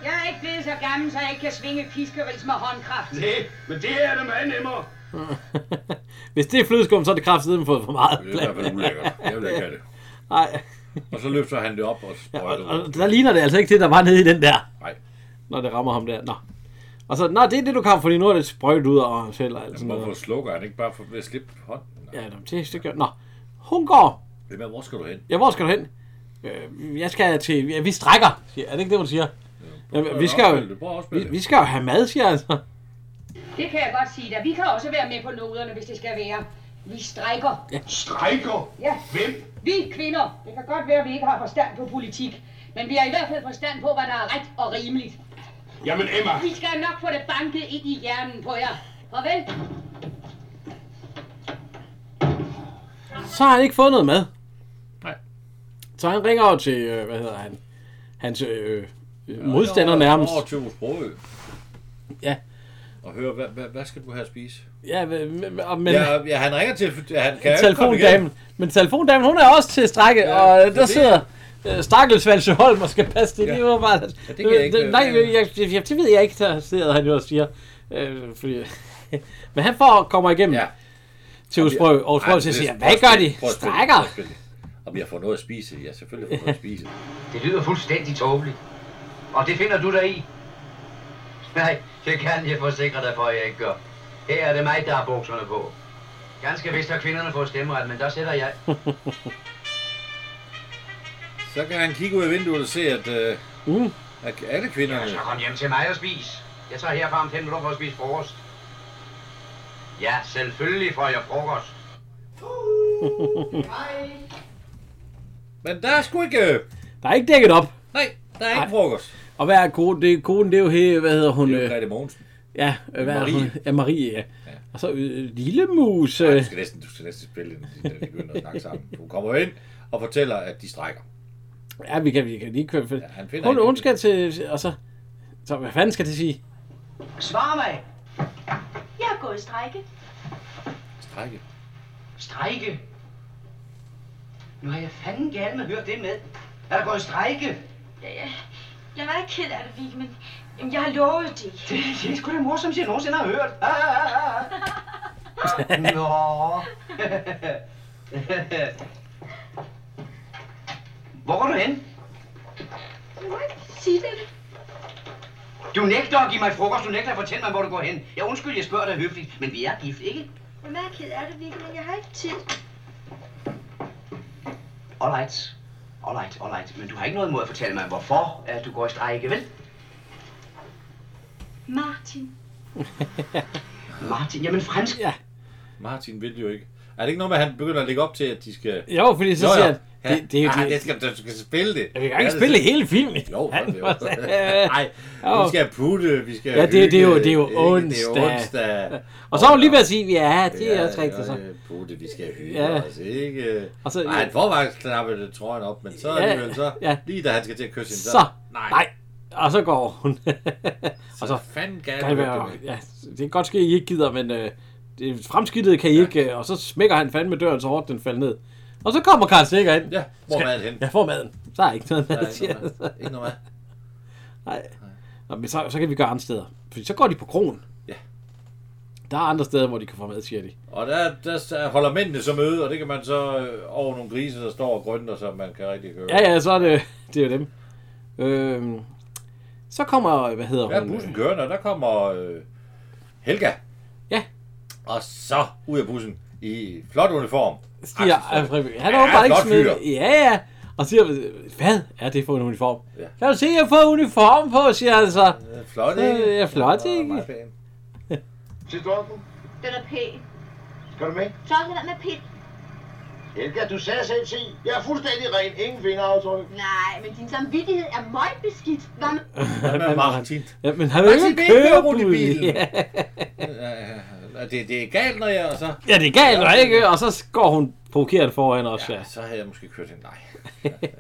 Speaker 5: Jeg er ikke blevet så gammel, så jeg ikke kan svinge piskerils med håndkraft.
Speaker 13: Nej, men det her er da meget nemmere.
Speaker 2: Hvis det er flødeskum, så er det kraftedeme fået for meget.
Speaker 3: Det er i hvert fald ulækkert. Jeg vil ikke have det.
Speaker 2: Nej.
Speaker 3: Og så løfter han det op og sprøjter ud.
Speaker 2: Og der ligner det altså ikke det, der var nede i den der.
Speaker 3: Nej.
Speaker 2: Når det rammer ham der. Nå. Og så, nå, det er det, du kan, fordi nu er det sprøjt ud over ham selv. Og alt sådan
Speaker 3: Jamen, hvorfor
Speaker 2: noget.
Speaker 3: slukker han ikke bare for, ved at slippe hånden?
Speaker 2: Ja, nå, det, det gør... Nå. Hun går.
Speaker 3: Det med, hvor skal du hen?
Speaker 2: Ja, hvor skal du hen? Øh, jeg skal til... Ja, vi strækker, siger. Er det ikke det, hun siger? Ja, vi, skal
Speaker 3: afspil det. Prøv at
Speaker 2: jo,
Speaker 3: afspil
Speaker 2: vi,
Speaker 3: det.
Speaker 2: vi skal jo have mad, siger han så.
Speaker 5: Det kan jeg godt sige dig. Vi kan også være med på noderne, hvis det skal være. Vi strækker.
Speaker 2: Ja.
Speaker 13: Strækker?
Speaker 5: Ja.
Speaker 13: Hvem?
Speaker 5: Vi kvinder. Det kan godt være, at vi ikke har forstand på politik. Men vi har i hvert fald forstand på, hvad der er ret og rimeligt.
Speaker 13: Jamen, Emma.
Speaker 5: Vi skal nok få det banket ind i hjernen på jer. Farvel.
Speaker 2: Så har han ikke fået noget mad.
Speaker 3: Nej.
Speaker 2: Så han ringer jo til, øh, hvad hedder han, hans øh, øh, modstander nærmest.
Speaker 3: Over til Sprogø.
Speaker 2: Ja.
Speaker 3: Og høre, hvad, hvad, hvad skal du have at spise?
Speaker 2: Ja, men, men,
Speaker 3: Ja, ja, han ringer til... Han kan jo ikke komme
Speaker 2: telefondamen.
Speaker 3: igennem.
Speaker 2: Men telefondamen, hun er også til strække, ja, og øh, der sidder øh, Stakkels Valse Holm og skal passe det. Ja. Det var bare...
Speaker 3: det kan jeg ikke,
Speaker 2: Øh,
Speaker 3: øh,
Speaker 2: Nej, jeg, jeg, jeg, det ved jeg ikke, der sidder han jo og siger. Øh, fordi, men han får, kommer igennem ja. til Osprøg, og Osprøg til at sige, hvad gør de? Strækker?
Speaker 3: Om jeg får noget at spise? Ja, selvfølgelig får jeg noget at spise.
Speaker 12: Det lyder fuldstændig tåbeligt. Og det finder du dig i. Nej, det kan jeg forsikre dig for, at jeg ikke gør. Her er det mig, der har bukserne på. Ganske vist har kvinderne fået stemmeret, men der sætter jeg...
Speaker 3: Så kan han kigge ud af vinduet og se, at, øh,
Speaker 2: mm.
Speaker 3: at alle kvinderne...
Speaker 12: Så kom hjem til mig og spis. Jeg tager herfra om fem minutter for at spise frokost. Ja, selvfølgelig får jeg frokost.
Speaker 3: Men der er sgu ikke... øh,
Speaker 2: Der er ikke dækket op.
Speaker 3: Nej, der er ikke
Speaker 2: Nej.
Speaker 3: frokost.
Speaker 2: Og hvad er koden? Det, koden, det er jo her, hvad hedder hun? Det er
Speaker 3: Grete Mogensen.
Speaker 2: Ja, øh, hvad Marie. Er hun?
Speaker 3: Marie.
Speaker 2: Ja, Marie, ja. ja. Og så øh, Lille Mus. Øh.
Speaker 3: Du skal øh, næsten, du skal næsten spille, den, når de begynder at snakke sammen. Hun kommer ind og fortæller, at de strækker.
Speaker 2: Ja, vi kan, vi kan lige køre. For... Ja,
Speaker 3: finder
Speaker 2: hun,
Speaker 3: ikke-
Speaker 2: hun skal til... Og så... Så hvad fanden skal det sige?
Speaker 9: Svar mig!
Speaker 14: Jeg er gået i strække.
Speaker 3: Strække.
Speaker 9: Strække? Nu har jeg fanden gerne hørt det med. Er der gået strække?
Speaker 14: Ja, ja. Jeg er meget ked af det, Vicky, men jamen, jeg har lovet det.
Speaker 9: Det, det er sgu da morsomst, jeg nogensinde har hørt. Ah, ah, ah, ah. Nå. Hvor går du hen?
Speaker 14: Du må ikke sige det.
Speaker 9: Du nægter at give mig frokost. Du nægter at fortælle mig, hvor du går hen. Jeg undskyld, jeg spørger dig høfligt, men vi er gift, ikke?
Speaker 14: Jeg er meget ked af det, Vicky, men jeg har ikke tid.
Speaker 9: Alright. Alright, alright. Men du har ikke noget imod at fortælle mig, hvorfor at du går i strejke, vel?
Speaker 14: Martin.
Speaker 9: Martin, jamen fransk.
Speaker 2: Ja.
Speaker 3: Martin vil jo ikke. Er det ikke noget med, at han begynder at lægge op til, at de skal...
Speaker 2: Jo, fordi så
Speaker 3: Nå,
Speaker 2: siger
Speaker 3: ja.
Speaker 2: han, det-
Speaker 3: Ja.
Speaker 2: det er jo-
Speaker 3: Ah,
Speaker 2: det-
Speaker 3: det skal, du skal spille det.
Speaker 2: Jeg vil
Speaker 3: Ja,
Speaker 2: gerne
Speaker 3: det
Speaker 2: spille
Speaker 3: skal-
Speaker 2: hele filmen.
Speaker 3: Jo,
Speaker 2: Han
Speaker 3: han, jo.
Speaker 2: var "Øh." så-
Speaker 3: Nej,
Speaker 2: Jo.
Speaker 3: vi skal putte, vi skal
Speaker 2: Ja, det, det, er jo, det er jo
Speaker 3: hygge, ikke?
Speaker 2: onsdag.
Speaker 3: Det er onsdag.
Speaker 2: Og så er hun lige ved at sige, ja, det er også rigtigt. Så.
Speaker 3: og, øh, Putte, vi skal hygge
Speaker 2: Ja.
Speaker 3: ja. os, ikke?
Speaker 2: Og så-
Speaker 3: så, Nej, han får faktisk knappet trøjen op, men så
Speaker 2: Ja.
Speaker 3: ja. alligevel så, lige da han skal til at kysse hende, så,
Speaker 2: Så,
Speaker 3: nej.
Speaker 2: nej. Og så går hun. og så
Speaker 3: fanden gerne
Speaker 2: kan det
Speaker 3: vil
Speaker 2: være,
Speaker 3: det med.
Speaker 2: ja, det kan godt ske, at I ikke gider, men øh, det fremskidtet kan I ikke. øh, Og så smækker han fandme døren, så hårdt den falder ned. Og så kommer Karl Sikker ind.
Speaker 3: Ja, hvor er
Speaker 2: Skal-
Speaker 3: maden henne?
Speaker 2: Ja, hvor er maden. Så er ikke noget
Speaker 3: Der er
Speaker 2: mad,
Speaker 3: ikke
Speaker 2: siger
Speaker 3: noget mad.
Speaker 2: han.
Speaker 3: Ikke noget mad.
Speaker 2: Nej. Nå, men så, så kan vi gøre andre steder. Fordi så går de på krogen.
Speaker 3: Ja.
Speaker 2: Der er andre steder, hvor de kan få mad, siger de.
Speaker 3: Og der, der holder mændene så møde, og det kan man så øh, over nogle grise, der står og grønter, så man kan rigtig høre.
Speaker 2: Ja, ja, så er det, det er jo dem. Øhm, så kommer, hvad hedder
Speaker 3: Der er
Speaker 2: hun?
Speaker 3: bussen kørende, og der kommer øh, Helga.
Speaker 2: Ja.
Speaker 3: Og så ud af bussen i flot uniform.
Speaker 2: Stiger Alfred. Han er jo bare ikke smidt. Ja, ja. Og siger, hvad er det for en uniform? Ja.
Speaker 3: Ja.
Speaker 2: Kan du se, jeg får uniform på, siger han så.
Speaker 3: Flot,
Speaker 2: Så,
Speaker 3: ikke?
Speaker 2: Øh, Ja, flot,
Speaker 3: Ja, meget
Speaker 2: ikke?
Speaker 3: pæn.
Speaker 9: Sidste år,
Speaker 16: Den er pæn.
Speaker 9: Skal du med?
Speaker 16: Så er den med pæn.
Speaker 9: Helga, du sagde selv, se. Jeg er fuldstændig ren. Ingen fingeraftryk.
Speaker 16: Nej, men din samvittighed er møgbeskidt. Hvad med...
Speaker 3: Hvad med Martin?
Speaker 2: Ja, men han vil jo
Speaker 3: Martin
Speaker 2: ikke
Speaker 3: vil ikke køre rundt i
Speaker 2: kørebud.
Speaker 3: bilen.
Speaker 2: Ja.
Speaker 3: Ja, ja. det, det er galt, når jeg... Og så,
Speaker 2: ja, det er galt, og ikke? Og så går hun provokeret foran os, ja.
Speaker 3: så havde jeg måske kørt hende. Nej.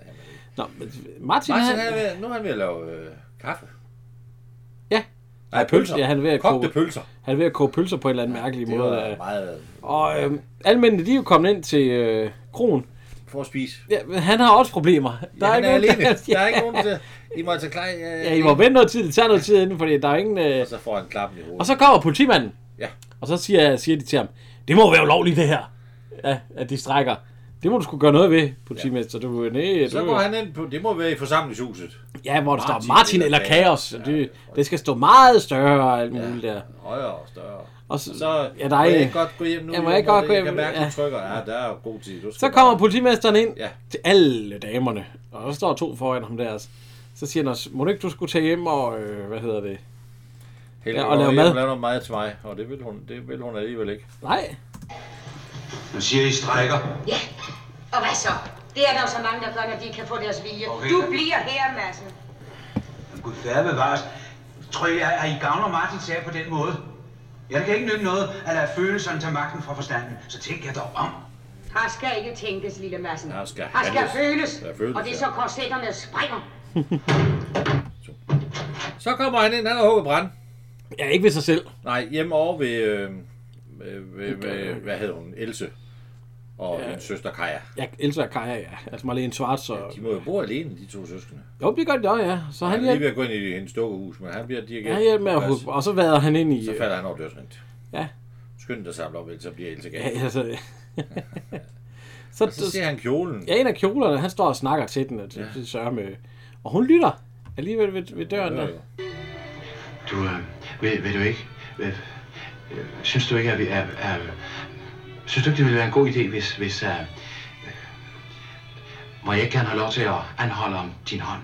Speaker 2: Nå, men Martin,
Speaker 3: Martin han, er
Speaker 2: han...
Speaker 3: ved, nu er han ved at lave øh, kaffe.
Speaker 2: Ja.
Speaker 3: Nej, pølser.
Speaker 2: Ja, han er ved at
Speaker 3: Kogte
Speaker 2: koge-
Speaker 3: pølser.
Speaker 2: Han er ved at koge pølser på en eller anden mærkelig
Speaker 3: Det
Speaker 2: måde.
Speaker 3: var
Speaker 2: ja.
Speaker 3: meget...
Speaker 2: Og øh, alle mændene, de er jo kommet ind til øh, kronen.
Speaker 3: For at spise.
Speaker 2: Ja, men han har også problemer.
Speaker 3: Der er, ja, ikke er
Speaker 2: nogen,
Speaker 3: alene. Der er ikke nogen til... I må altså klare... Øh,
Speaker 2: Ja, I må vente noget tid. Det tager noget tid inden, fordi der er ingen... Øh...
Speaker 3: Og så får han klappen i hovedet.
Speaker 2: Og så kommer politimanden.
Speaker 3: Ja.
Speaker 2: Og så siger, siger de til ham, det må være ulovligt det her. Ja, at de strækker. Det må du skulle gøre noget ved, politimester. Ja. Du, nej,
Speaker 3: Så
Speaker 2: du,
Speaker 3: går han Ah, ind på... Det må være i forsamlingshuset.
Speaker 2: Ja, hvor der står
Speaker 3: Martin
Speaker 2: Martin
Speaker 3: eller
Speaker 2: eller Kaos. Ja, det, det skal stå meget større og alt muligt der.
Speaker 3: Højere og større.
Speaker 2: Og
Speaker 3: Og
Speaker 2: så-
Speaker 3: så, så
Speaker 2: ja, der er
Speaker 3: må
Speaker 2: en-
Speaker 3: jeg ikke godt gå hjem nu.
Speaker 2: Ja, må
Speaker 3: jordmor,
Speaker 2: jeg ikke godt
Speaker 3: det-
Speaker 2: gå
Speaker 3: jeg
Speaker 2: hjem
Speaker 3: kan
Speaker 2: nu,
Speaker 3: mærke,
Speaker 2: ja.
Speaker 3: du trykker. Ja, der er god tid. Du skal
Speaker 2: Så kommer politimesteren ind
Speaker 3: Ja.
Speaker 2: til alle damerne. Og der står to foran ham der. Så siger han også, må du ikke du skulle tage hjem og, øh, hvad hedder det?
Speaker 3: Helge,
Speaker 2: ja, og lave mad.
Speaker 3: noget meget til mig, og det vil hun, det vil hun alligevel ikke.
Speaker 2: Nej.
Speaker 8: Man siger, I strækker.
Speaker 5: Ja, og hvad så? Det er der jo så mange, der gør, når de ikke kan få deres vilje.
Speaker 8: Okay.
Speaker 5: Du bliver her, Madsen.
Speaker 8: Gud færre bevares.
Speaker 12: Tror I, at I gavner Martin sag på den måde? Ja, det kan ikke nytte noget at lade følelserne tage magten fra forstanden. Så tænk jeg dog om.
Speaker 5: Her skal ikke tænkes, lille Madsen.
Speaker 12: Her skal
Speaker 5: her skal
Speaker 12: handles.
Speaker 5: føles.
Speaker 12: Der føles,
Speaker 5: Og det er så korsetterne springer.
Speaker 3: Så kommer han ind, han har hugget brand.
Speaker 2: Ja, ikke ved sig selv.
Speaker 3: Nej, hjemme over ved, øh, øh, ved, ved hvad hedder hun, Else og ja. hendes søster Kaja.
Speaker 2: Ja, Elsa og Kaja, ja. Altså Marlene Schwarz og...
Speaker 3: De må jo bo alene, de to søskende.
Speaker 2: Jo, det gør de også, ja. Så han,
Speaker 3: Han er lige ved
Speaker 2: hjælper,
Speaker 3: at gå ind i hendes dukkehus, men han bliver dirigent.
Speaker 2: han hjælper med at hugge, og så vader han ind i...
Speaker 3: Så falder han over dørsrent.
Speaker 2: Ja.
Speaker 3: Skynd dig samle op, ellers så bliver Else gal.
Speaker 2: Ja, altså...
Speaker 3: Og så ser han kjolen.
Speaker 2: Ja, en af kjolerne, han står og snakker til den, og det ja. sørger med... Og hun lytter alligevel ved, ved døren. Der.
Speaker 8: Du, øh, ved, ved du ikke? Øh, øh, synes du ikke, at vi er... er synes du ikke, det ville være en god idé, hvis... hvis øh, øh, må jeg ikke gerne have lov til at anholde om din hånd?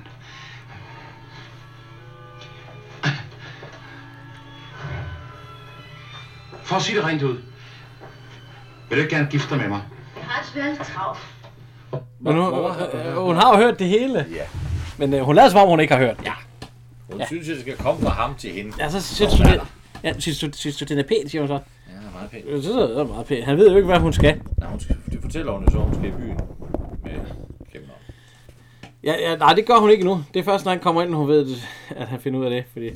Speaker 8: For at sige det rent ud. Vil du ikke gerne gifte dig med mig?
Speaker 14: Jeg har et svært travlt.
Speaker 2: Men hun, øh, hun har jo hørt det hele. Ja. Men øh, hun lader som om, hun ikke har hørt det. Ja.
Speaker 3: Hun synes, at det skal komme fra ham til hende.
Speaker 2: Ja, så synes du, det, ja, synes, du, synes du, den er pæn, siger hun så.
Speaker 3: Ja, det er meget pænt.
Speaker 2: Så synes det er meget pæn. Han ved jo ikke, hvad hun skal.
Speaker 3: Nej, hun skal, det fortæller hun jo så, hun skal i byen med kæmper.
Speaker 2: Ja, ja, nej, det gør hun ikke nu. Det er først, når han kommer ind, hun ved, at han finder ud af det. Fordi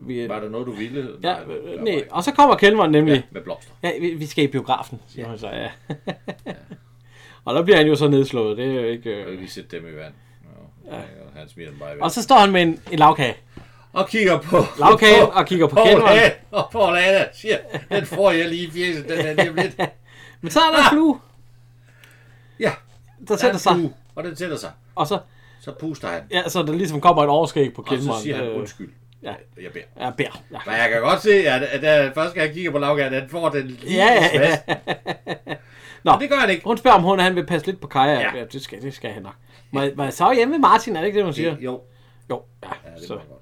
Speaker 2: vi, var
Speaker 3: der noget, du ville?
Speaker 2: Ja, øh, nej. Og så kommer kælveren nemlig. Ja,
Speaker 3: med blomster.
Speaker 2: Ja, vi, vi skal i biografen, siger ja. hun så, ja. og der bliver han jo så nedslået. Det er jo ikke... Øh...
Speaker 3: Jeg lige sætte dem i vand. Ja. Og han smider dem bare i vand.
Speaker 2: Og så står han med en, en lavkage.
Speaker 3: Og kigger på...
Speaker 2: Lavkagen og kigger på
Speaker 3: Poul
Speaker 2: kælveren.
Speaker 3: Hahn Og Paul Anna siger, den får jeg lige i fjeset, den her lige om lidt.
Speaker 2: Men så er der en flue.
Speaker 3: Ja.
Speaker 2: Ah, Der sætter sig.
Speaker 3: flue, Og den sætter sig.
Speaker 2: Og så...
Speaker 3: Så puster han.
Speaker 2: Ja, så der ligesom kommer et overskæg på
Speaker 3: Og
Speaker 2: kælveren.
Speaker 3: så siger han
Speaker 2: Øh,
Speaker 3: undskyld.
Speaker 2: Ja.
Speaker 3: Jeg beder.
Speaker 2: Ja, bær. Ja.
Speaker 3: Men jeg kan godt se, at, at, at første gang jeg kigger på Lavgaard, han får den lige
Speaker 2: Ja, ja,
Speaker 3: i smash.
Speaker 2: Nå, det gør han ikke. Hun spørger, om hun han vil passe lidt på Kaja. Ja. ja det, skal, det skal han nok. Må, må jeg så hjemme ved Martin, er det ikke det, hun siger?
Speaker 3: Jo.
Speaker 2: Jo, ja.
Speaker 3: Ja, det,
Speaker 2: så.
Speaker 3: så. Godt.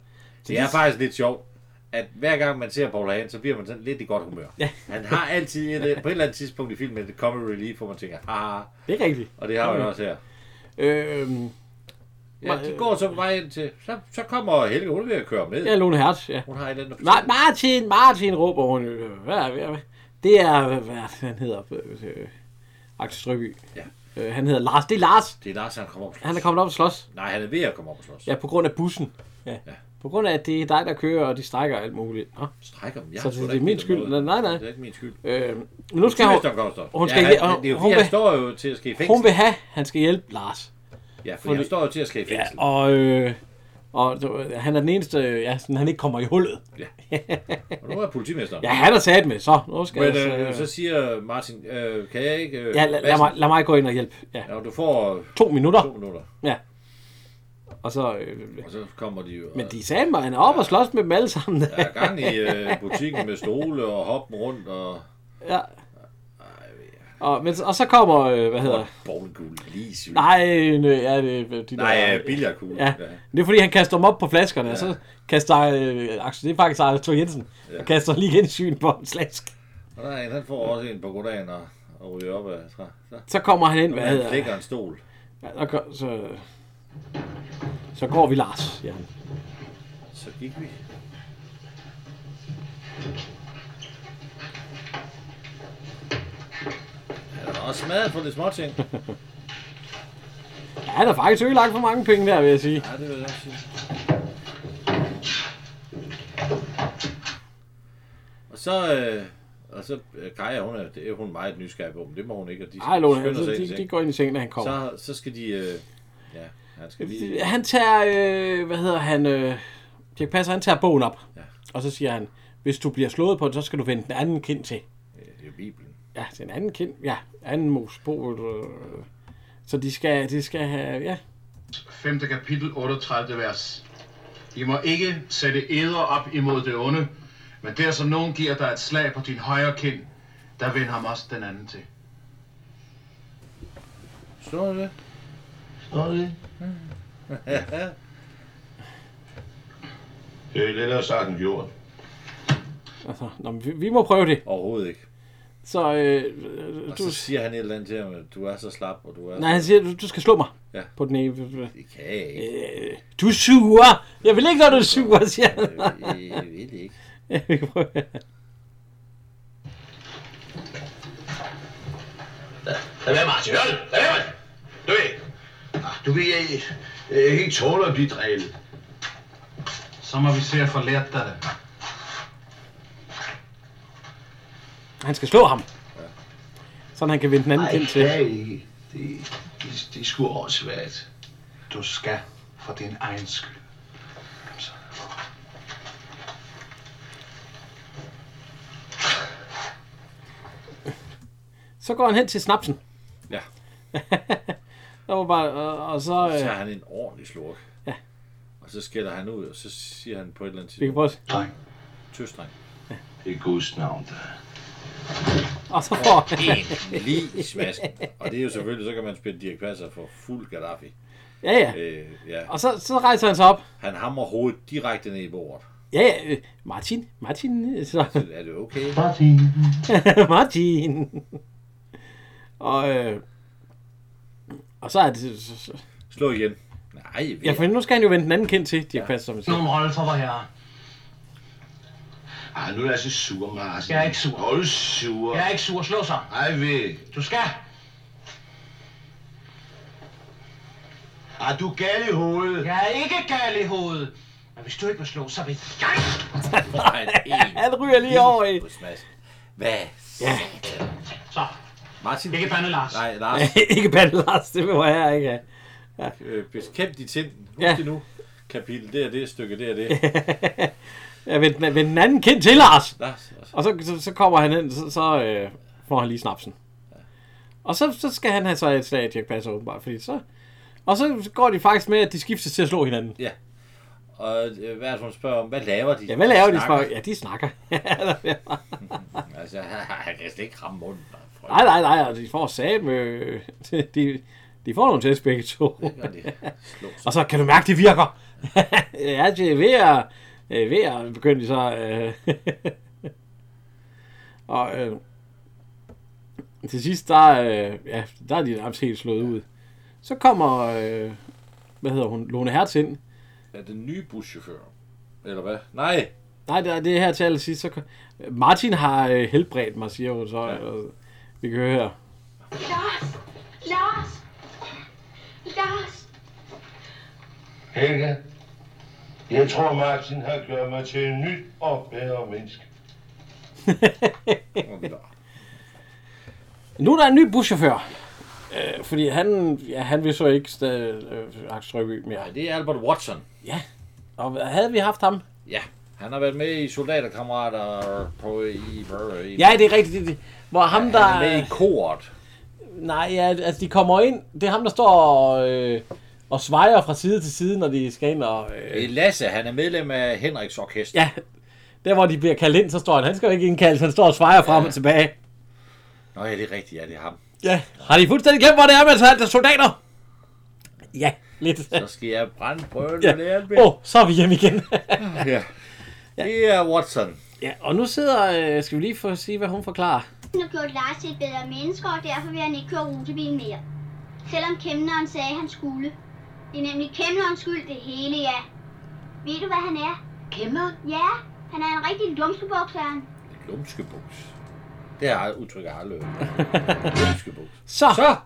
Speaker 3: det er faktisk lidt sjovt, at hver gang man ser Paul Hagen, så bliver man sådan lidt i godt humør. Ja. Han har altid et, øh, på et eller andet tidspunkt i filmen et comedy relief, hvor man tænker, haha.
Speaker 2: Det er rigtigt.
Speaker 3: Og det har man
Speaker 2: Okay.
Speaker 3: også her.
Speaker 2: Øhm,
Speaker 3: Ja, de går så på vej ind til, så, så kommer Helge, hun er ved at køre ham ned.
Speaker 2: Ja, Lone Hertz, ja.
Speaker 3: Hun har et eller andet.
Speaker 2: Ma- Martin, Martin, råber hun. øh, Hvad, er- hvad, hvad? Det er, hvad, hvad han hedder, øh, øh, Axel Strøby.
Speaker 3: Ja.
Speaker 2: Øh, han hedder Lars. Det er Lars.
Speaker 3: Det er Lars, han kommer op.
Speaker 2: Han er kommet op og slås.
Speaker 3: Nej, han er ved at komme op og slås.
Speaker 2: Ja, på grund af bussen. Ja. ja. På grund af, at det er dig, der kører, og de strækker og alt muligt. Nå.
Speaker 3: Strækker dem? Jeg
Speaker 2: så
Speaker 3: har sgu
Speaker 2: det,
Speaker 3: da
Speaker 2: det er
Speaker 3: ikke
Speaker 2: min
Speaker 3: givet
Speaker 2: skyld.
Speaker 3: dem
Speaker 2: Nej,
Speaker 3: noget.
Speaker 2: nej, nej.
Speaker 3: Det er ikke min skyld.
Speaker 2: Øh, men nu skal hun...
Speaker 3: Politimesteren kommer og står.
Speaker 2: Hun skal
Speaker 3: ja,
Speaker 2: ikke...
Speaker 3: han,
Speaker 2: og
Speaker 3: det er jo,
Speaker 2: hun,
Speaker 3: fordi,
Speaker 2: vil,
Speaker 3: han står jo til at skal i fængsel.
Speaker 2: hun vil have, han skal hjælpe Lars.
Speaker 3: Ja, for han
Speaker 2: Fordi-
Speaker 3: står jo til at skal i fængsel.
Speaker 2: Ja, og, øh, og du- han er den eneste, øh, ja, sådan, han ikke kommer i hullet.
Speaker 3: Ja. Og nu er politimesteren.
Speaker 2: Ja, han er sat med, så nu skal
Speaker 3: Men
Speaker 2: jeg... så-
Speaker 3: øh, så siger Martin, øh, kan jeg ikke... Øh,
Speaker 2: Ja, lad, lad,
Speaker 3: Madsen?
Speaker 2: mig, lad mig gå ind og hjælpe. Ja.
Speaker 3: Ja, og du får...
Speaker 2: To minutter.
Speaker 3: To minutter.
Speaker 2: Ja. Og så... Øh,
Speaker 3: Og så kommer de jo...
Speaker 2: men de sagde mig, han er oppe og slås med dem alle sammen.
Speaker 3: Der er gang i øh, butikken med stole og hoppen rundt og...
Speaker 2: Ja. Og, men, og så kommer, øh, hvad hedder...
Speaker 3: Bowlingkugle lige syg.
Speaker 2: Nej, øh, ja, det, er de
Speaker 3: Nej,
Speaker 2: der,
Speaker 3: øh, billardkugle,
Speaker 2: Ja.
Speaker 3: ja.
Speaker 2: Men Det er fordi, han kaster dem op på flaskerne, ja. og så kaster øh, Axel, det er faktisk Axel Thor Jensen,
Speaker 3: Ja.
Speaker 2: ja. og kaster lige gensyn på en slask.
Speaker 3: Og der er en, han får også en på goddagen og, og ryger op af træ.
Speaker 2: Så kommer han ind,
Speaker 3: Og
Speaker 2: hvad
Speaker 3: han
Speaker 2: hedder-
Speaker 3: Lægger en stol.
Speaker 2: Ja, der går, så, så går vi, Lars, ja.
Speaker 3: Så gik vi. Han er også smadret på det småting.
Speaker 2: Ja, han har faktisk ødelagt for mange penge der, vil jeg sige.
Speaker 3: Ja, det vil jeg også sige. Og så, øh, og så øh, Kaja, hun er, det er hun meget nysgerrig på, men det må hun ikke. Og de
Speaker 2: Ej, Lone, altså,
Speaker 3: skynder sig
Speaker 2: de,
Speaker 3: ind i
Speaker 2: de, de
Speaker 3: seng.
Speaker 2: går ind i sengen, når han kommer.
Speaker 3: Så, så skal de, øh, ja, han skal lige...
Speaker 2: Han tager, øh, hvad hedder han, øh, Dirk Passer, han tager bogen op. Ja. Og så siger han, hvis du bliver slået på den, så skal du vende den anden kind til.
Speaker 3: Ja, det er jo Bibelen.
Speaker 2: Ja, den anden kind, ja, anden Mosebog. Øh, så de skal, de skal have, ja.
Speaker 17: 5. kapitel 38. vers. I må ikke sætte eder op imod det onde, men der som nogen giver dig et slag på din højre kind, der vender ham også den anden til.
Speaker 3: Står det?
Speaker 13: Står det? Det er lettere sagt end gjort.
Speaker 2: Altså, nå, men vi, vi må prøve det.
Speaker 3: Overhovedet ikke.
Speaker 2: Så, øh,
Speaker 3: Og
Speaker 2: du,
Speaker 3: så siger han et eller andet til ham, at du er så slap, og du er...
Speaker 2: nej, han siger, du, du skal slå mig.
Speaker 3: Ja.
Speaker 2: På den ene.
Speaker 3: Det kan jeg ikke.
Speaker 2: Øh, du suger! Jeg vil ikke, når du suger, siger han.
Speaker 3: Jeg vil ikke.
Speaker 2: Ja, vi kan prøve.
Speaker 13: Lad være, Martin. Hør det. Lad være, mand. Du ved. Ah, Du ved, jeg, jeg ikke tåle at blive drænet.
Speaker 17: Så må vi se at få lært dig det.
Speaker 2: Han skal slå ham. Sådan han kan vende den anden
Speaker 13: Ej,
Speaker 2: kind til.
Speaker 13: kan I? Det, det, det er sgu også svært. Du skal for din egen skyld. Kom så.
Speaker 2: Så går han hen til snapsen.
Speaker 3: Ja.
Speaker 2: der var bare, og, og så...
Speaker 3: Så tager
Speaker 2: Øh,
Speaker 3: han en ordentlig slurk.
Speaker 2: Ja.
Speaker 3: Og så skælder han ud, og så siger han på et eller andet
Speaker 2: vi kan prøve at-
Speaker 13: Dreng.
Speaker 3: Tøsdreng.
Speaker 13: Det er Guds navn, der er.
Speaker 2: Og så får han...
Speaker 3: En lige i smasken. Og det er jo selvfølgelig, så kan man spille Dirk Passer for fuld Gaddafi.
Speaker 2: Ja, ja.
Speaker 3: Øh, ja.
Speaker 2: Og så, så rejser han sig op.
Speaker 3: Han hammer hovedet direkte ned i bordet.
Speaker 2: Ja, ja, øh, Martin, Martin, øh, så...
Speaker 3: Er det okay?
Speaker 2: Martin. Martin. og, øh, og så er det... Så, så.
Speaker 3: Slå igen. Nej,
Speaker 2: Ja, for nu skal han jo vende den anden kind til, Dirk Passer, som jeg siger.
Speaker 17: Nogen rolle for vor herre.
Speaker 13: Ej, nu er jeg så sur, Martin.
Speaker 17: Jeg er ikke sur.
Speaker 13: Hold sur.
Speaker 17: Jeg er ikke sur. Slå så.
Speaker 13: Ej, ved.
Speaker 17: Du skal.
Speaker 10: Er du gal i hovedet?
Speaker 6: Jeg er ikke gal i hovedet. Men hvis du ikke vil slå, så vil jeg...
Speaker 2: Han ryger lige over i.
Speaker 3: Hvad?
Speaker 6: Ja. Så.
Speaker 3: Martin.
Speaker 6: Ikke Pande Lars.
Speaker 3: Nej, Lars.
Speaker 2: ikke Pande Lars, det må jeg ikke have. Ja.
Speaker 3: Øh, Bekæmp dit sind. Husk
Speaker 2: Ja.
Speaker 3: det nu. Kapitel, det er det stykke, det er det.
Speaker 2: Jeg vend, den- vend den anden kind til, Lars.
Speaker 3: Lars, altså.
Speaker 2: Og så, så, så kommer han ind, så, så øh, får han lige snapsen. Og så, så skal han have så et slag, Jack Passer åbenbart, fordi så... Og så går de faktisk med, at de skiftes til at slå hinanden.
Speaker 3: Ja. Og øh, hvad er det, hun spørger om? Hvad laver de?
Speaker 2: Ja, hvad laver de?
Speaker 3: Snakker.
Speaker 2: Snakker. Ja, de snakker.
Speaker 3: altså, han kan slet ikke ramme munden.
Speaker 2: nej, nej, nej, og de får sat med... De, de får nogle tæs begge to. og så kan du mærke, det virker. ja, det er ved at... øh, Ved at begyndte de så... Øh, og øh, til sidst, der, øh, ja, der er de nærmest helt slået ud. Så kommer, øh, hvad hedder hun, Lone Hertz ind,
Speaker 3: Er den nye buschauffør? Eller hvad? Nej.
Speaker 2: Nej, det er det er her til allersidst. Så... Martin har øh, helbredt mig, siger hun så. Ja. Vi kan høre her.
Speaker 7: Lars! Lars! Lars!
Speaker 13: Helga, jeg tror Martin har gjort mig til en nyt og bedre menneske.
Speaker 2: Nu er der en ny buschauffør. Øh, fordi han, ja, han vil så ikke stadig øh, Akstrøby mere. Nej,
Speaker 3: det er Albert Watson.
Speaker 2: Ja. Og hvad- havde vi haft ham?
Speaker 3: Ja, han har været med i Soldaterkammerater på i... i
Speaker 2: Ja, det er rigtigt. Det, det. Hvor ham,
Speaker 3: han
Speaker 2: der...
Speaker 3: er med i koret.
Speaker 2: Nej, ja, altså de kommer ind. Det er ham, der står og, øh, og svejer fra side til side, når de skal ind og...
Speaker 3: Det er
Speaker 2: Øh,
Speaker 3: Lasse, han er medlem af Henriks Orkester.
Speaker 2: ja, der hvor de bliver kaldt ind, så står han. Han skal jo ikke indkaldes. Han står og svejer frem og tilbage.
Speaker 3: Nå ja, det er rigtigt, ja, det er ham.
Speaker 2: Ja. Har de fuldstændig glemt, hvor det er med at tage soldater? Ja, lidt.
Speaker 3: Så skal jeg brænde prøven,
Speaker 2: Ja.
Speaker 3: ja. det er
Speaker 2: Åh, oh, så er vi hjemme igen.
Speaker 3: ja. Det er Watson.
Speaker 2: Ja, og nu sidder... Øh, skal vi lige få sige, hvad hun forklarer?
Speaker 18: Nu gjorde Lars til et bedre menneske, og derfor vil han ikke køre rutebil mere. Selvom kæmneren sagde, at han skulle. Det er nemlig kæmnerens skyld det hele, ja. Ved du, hvad han er? Kæmneren? Ja, han er en rigtig lumskebuk, sagde han.
Speaker 3: Lumskebuks. Det er udtryk, jeg aldrig hørt.
Speaker 2: Så,
Speaker 3: så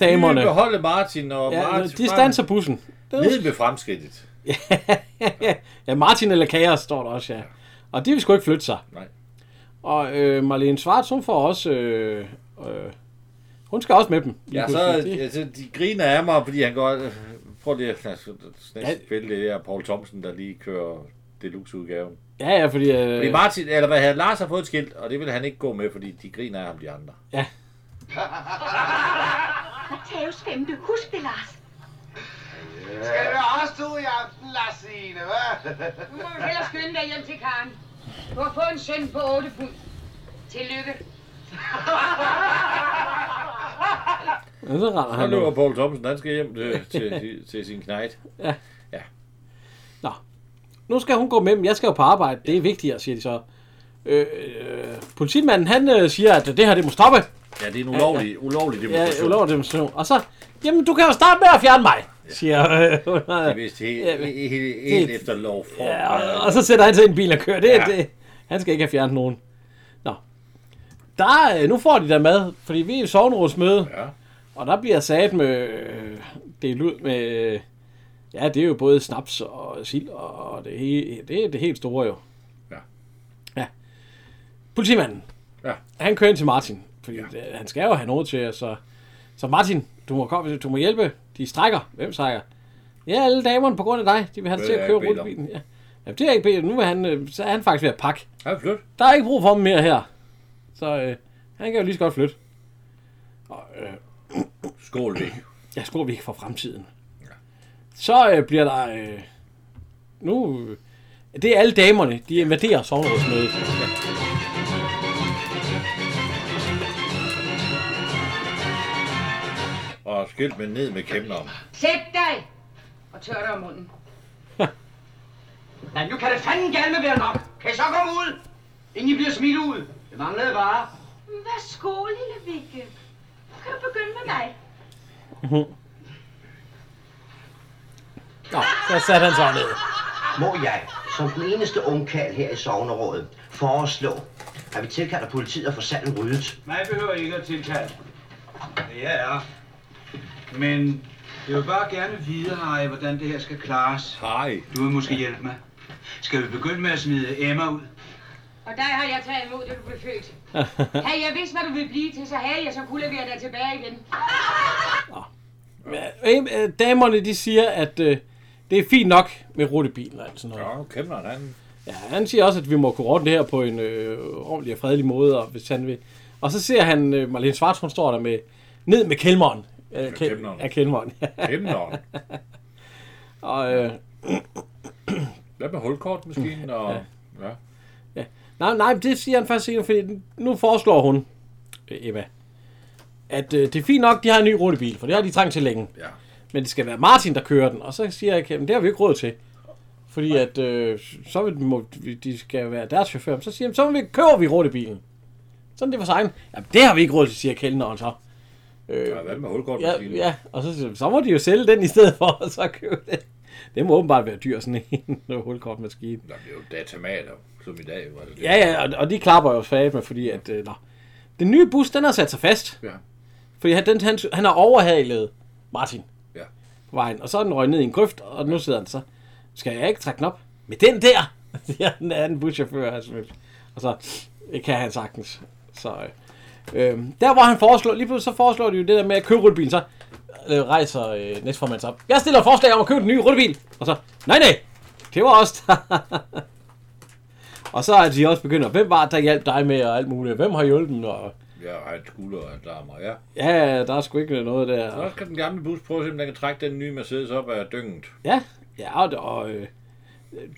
Speaker 2: damerne.
Speaker 3: Vi beholde Martin og
Speaker 2: Ah, Ja,
Speaker 3: Martin.
Speaker 2: de standser bussen.
Speaker 3: Nede ved fremskridtet.
Speaker 2: Ja, Martin eller Kaos står der også, ja. Og de vil sgu ikke flytte sig.
Speaker 3: Nej.
Speaker 2: Og øh, Marlene Schwartz, hun får også... Øh, øh, hun skal også med dem. lige
Speaker 3: Ja, så,
Speaker 2: pludselig.
Speaker 3: ja, så de griner af mig, fordi han går... Prøv lige at altså, næsten spille det der Paul Thomsen, der lige kører deluxe-udgaven.
Speaker 2: Ja, ja, fordi... Øh,
Speaker 3: Fordi Martin, eller hvad havde Lars har fået et skilt, og det ville han ikke gå med, fordi de griner af ham, de andre.
Speaker 14: Matteus 5. Husk det, Lars.
Speaker 10: Skal det være os to i aften, Lassine, hvad?
Speaker 5: Nu må du hellere skynde dig hjem til Karen. Du har fået en søn på 8 pund. Tillykke.
Speaker 2: ja, så render
Speaker 3: Så
Speaker 2: han
Speaker 3: løber
Speaker 2: løber.
Speaker 3: Paul Thomsen, han skal hjem til, til, til, til sin knejt.
Speaker 2: Ja.
Speaker 3: Ja.
Speaker 2: Nå. Nu skal hun gå med dem. Jeg skal jo på arbejde. Det er vigtigere, siger de så. Øh, øh, politimanden, han øh, siger, at det her, det må stoppe.
Speaker 3: Ja, det er en ulovlig, ulovlig
Speaker 2: Ja,
Speaker 3: demonstration.
Speaker 2: ulovlig demonstration. Og så, jamen, du kan jo starte med at fjerne mig, siger øh, hun.
Speaker 3: Det er vist helt,
Speaker 2: Ja, men-
Speaker 3: helt, helt,
Speaker 2: det-
Speaker 3: helt efter lov. For,
Speaker 2: Ja, og, og så sætter han sig i en bil og kører. Det, ja.
Speaker 3: Ja.
Speaker 2: det, han skal ikke have fjernet nogen. Nå. Der, øh, nu får de der mad, fordi vi er i sovnerådsmøde.
Speaker 3: Ja.
Speaker 2: Og der bliver sat med... Øh, delt ud med... Øh, ja, det er jo både snaps og sild og det, he, det er det helt store jo.
Speaker 3: Ja.
Speaker 2: Ja. Politimanden.
Speaker 3: Ja.
Speaker 2: Han kører ind til Martin. Fordi ja. han skal jo have noget til os. Så, så Martin, du må, komme, du må hjælpe. De strækker. Hvem strækker? Ja, alle damerne på grund af dig. De vil have
Speaker 3: Det
Speaker 2: dig til
Speaker 3: er
Speaker 2: at
Speaker 3: jeg
Speaker 2: køre
Speaker 3: ikke bedt om.
Speaker 2: rullebilen. Ja. Jamen, det er ikke bedt. om. Nu er han, øh, så er han faktisk ved at pakke.
Speaker 3: Han er flyt.
Speaker 2: Der er ikke brug for ham mere her. Så øh, han kan jo lige så godt flytte. Og, øh,
Speaker 3: Skål væk.
Speaker 2: jeg tror, vi ikke for fremtiden. Så øh, bliver der... Øh, nu... øh, Det er alle damerne. De invaderer sovnerådsmødet.
Speaker 3: Og skilt med ned med kæmneren.
Speaker 5: Sæt dig! Og tør dig om munden.
Speaker 9: Ja, nu kan det fanden gerne være nok. Kan I så komme ud? Inden I bliver smidt ud. Det manglede bare.
Speaker 14: Værsgo, lille Vikke. Nu kan du begynde med mig.
Speaker 2: Nå, så satte han sig ned.
Speaker 19: Må jeg, som den eneste ungkald her i Sognerådet, foreslå, at vi tilkalder politiet og får salen ryddet?
Speaker 11: Mig behøver I ikke at tilkalde. Ja, jeg er. Men Jeg vil bare gerne vide, Harry, hvordan det her skal klares. Harry? Du vil måske hjælpe mig. Skal vi begynde med at smide Emma ud?
Speaker 5: Og dig har jeg taget imod, da du blev født. Havde jeg vidst, hvad du ville blive til, så havde jeg så kunne levere dig tilbage igen.
Speaker 2: Øh, øh, Damerne, de siger, at øh, det er fint nok med rutebilen og alt sådan noget.
Speaker 3: Ja, kæmper han.
Speaker 2: Ja, han siger også, at vi må kunne ordne det her på en øh, ordentlig og fredelig måde, og hvis han vil. Og så ser han, øh, Marlene Svarts, hun står der med, ned med kælmeren. Øh, kæl-
Speaker 3: kælmeren.
Speaker 2: Ja, kælmeren.
Speaker 3: Kælmeren.
Speaker 2: og, øh,
Speaker 3: Hvad med hulkortmaskinen og... Ja.
Speaker 2: ja. Nej, nej, det siger han først senere, fordi nu foreslår hun, øh, Emma, at øh, det er fint nok, de har en ny rutebil, for det har de trængt til længe.
Speaker 3: Ja.
Speaker 2: Men det skal være Martin, der kører den. Og så siger jeg, at det har vi ikke råd til. Fordi at, øh, så vil, må, de skal være deres chauffør. Men Så siger han, så må vi, køber vi rutebilen. Sådan er det for sig. Jamen, det har vi ikke råd til, siger kældneren så. Øh,
Speaker 3: Ja, hvad med hulkorten?
Speaker 2: ja, ja, og så, siger han, så må de jo sælge den i stedet for, og så købe den. Det må åbenbart være dyr, sådan en hulkortmaskine.
Speaker 3: Der bliver jo datamater, som i dag. Var det det.
Speaker 2: Ja, ja, og, og de klapper jo fandme, fordi at, øh, nå. Den nye bus, den har sat sig fast.
Speaker 3: Ja.
Speaker 2: Fordi han, den, han, han har overhalet Martin
Speaker 3: Ja.
Speaker 2: på vejen, og så er den røget ned i en grøft, og nu sidder han så. Skal jeg ikke trække den op? Med den der! Det er den anden buschauffør, han smidt. Og så det kan han sagtens. Så, øh, øh, der hvor han foreslår, lige pludselig så foreslår de jo det der med at købe rullebilen, så øh, rejser øh, næstformanden sig op. Jeg stiller et forslag om at købe den nye rullebil! Og så, nej nej, det var os der. og så er de også begynder, hvem var det, der hjalp dig med, og alt muligt, hvem har hjulpet dem, og
Speaker 3: Ja, og han skulder og han larmer, ja.
Speaker 2: ja, der er sgu ikke noget der.
Speaker 3: Så skal den gamle bus prøve at se, om den kan trække den nye Mercedes op af dynget.
Speaker 2: Ja, ja og, og øh,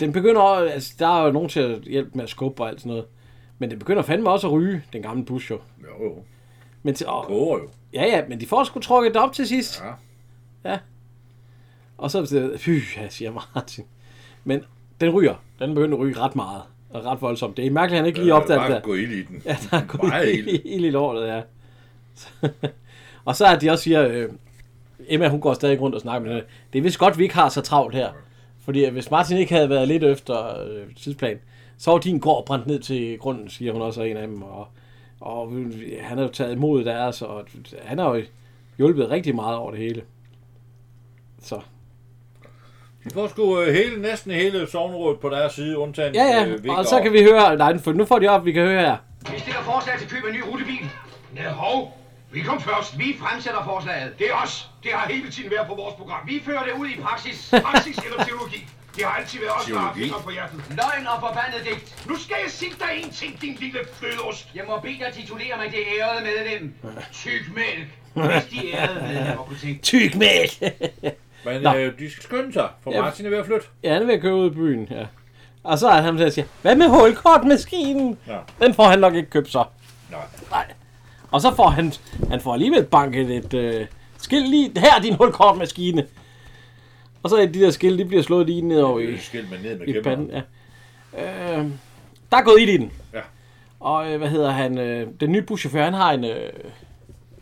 Speaker 2: den begynder også, altså der er jo nogen til at hjælpe med at skubbe og alt sådan noget. Men den begynder fandme også at ryge, den gamle bus jo.
Speaker 3: Jo, jo.
Speaker 2: Men til, og,
Speaker 3: Koger jo.
Speaker 2: Ja, ja, men de får sgu trukket det op til sidst.
Speaker 3: Ja.
Speaker 2: Ja. Og så øh, fy, ja, siger Martin. Men den ryger. Den begynder at ryge ret meget. Og ret voldsomt. Det er mærkeligt, at han ikke lige
Speaker 3: Ja,
Speaker 2: opdagede
Speaker 3: der er
Speaker 2: det.
Speaker 3: gået ild i den.
Speaker 2: Ja, der er gået
Speaker 3: Meget
Speaker 2: ild,
Speaker 3: ild.
Speaker 2: ild i lortet, ja. Så- og så er de også siger, øh, Emma hun går stadig rundt og snakker med hende. Det er vist godt, vi ikke har så travlt her. Fordi øh, hvis Martin ikke havde været lidt efter øh, tidsplan, så var din gård brændt ned til grunden, siger hun også er en af dem. Og, og øh, han har jo taget imod deres, og han har jo hjulpet rigtig meget over det hele. Så
Speaker 3: De får sgu øh, hele, næsten hele sovnerådet på deres side, undtagen
Speaker 2: ja, ja,
Speaker 3: øh,
Speaker 2: og så kan vi høre, nej, for nu får de op, vi kan høre her.
Speaker 9: Vi stiller forslag til køb af en ny rutebil. Ja, hov. Vi kom først. Vi fremsætter forslaget. Det er os. Det har hele tiden været på vores program. Vi fører det ud i praksis. Praksis eller teologi. Det har altid været os, der har
Speaker 3: Teologi?
Speaker 9: fingeren på hjertet. Løgn og forbandet digt. Nu skal jeg sige dig en ting, din lille flødeost. Jeg må bede dig titulere mig det ærede medlem. Tyk mælk. Hvis de ærede medlemmer kunne tænke.
Speaker 2: Tyk mælk!
Speaker 3: Men
Speaker 2: Nå.
Speaker 3: øh, de skal skynde sig, for
Speaker 2: Ja.
Speaker 3: Martin er ved at flytte.
Speaker 2: Ja, han er ved at køre ud i byen, ja. Og så er han der siger, hvad med hulkortmaskinen?
Speaker 3: Ja.
Speaker 2: Den får han nok ikke købt så.
Speaker 3: Nej.
Speaker 2: Nej. Og så får han, han får alligevel banket et øh, skilt lige, her er din hulkortmaskine. Og så er de der skilt, de bliver slået lige ned over i,
Speaker 3: Øh, Skilt med ned med
Speaker 2: i
Speaker 3: kæmper.
Speaker 2: panden. Ja. Øh, der er gået ild i den.
Speaker 3: Ja.
Speaker 2: Og øh, hvad hedder han? Øh, den nye buschauffør, han har en, øh,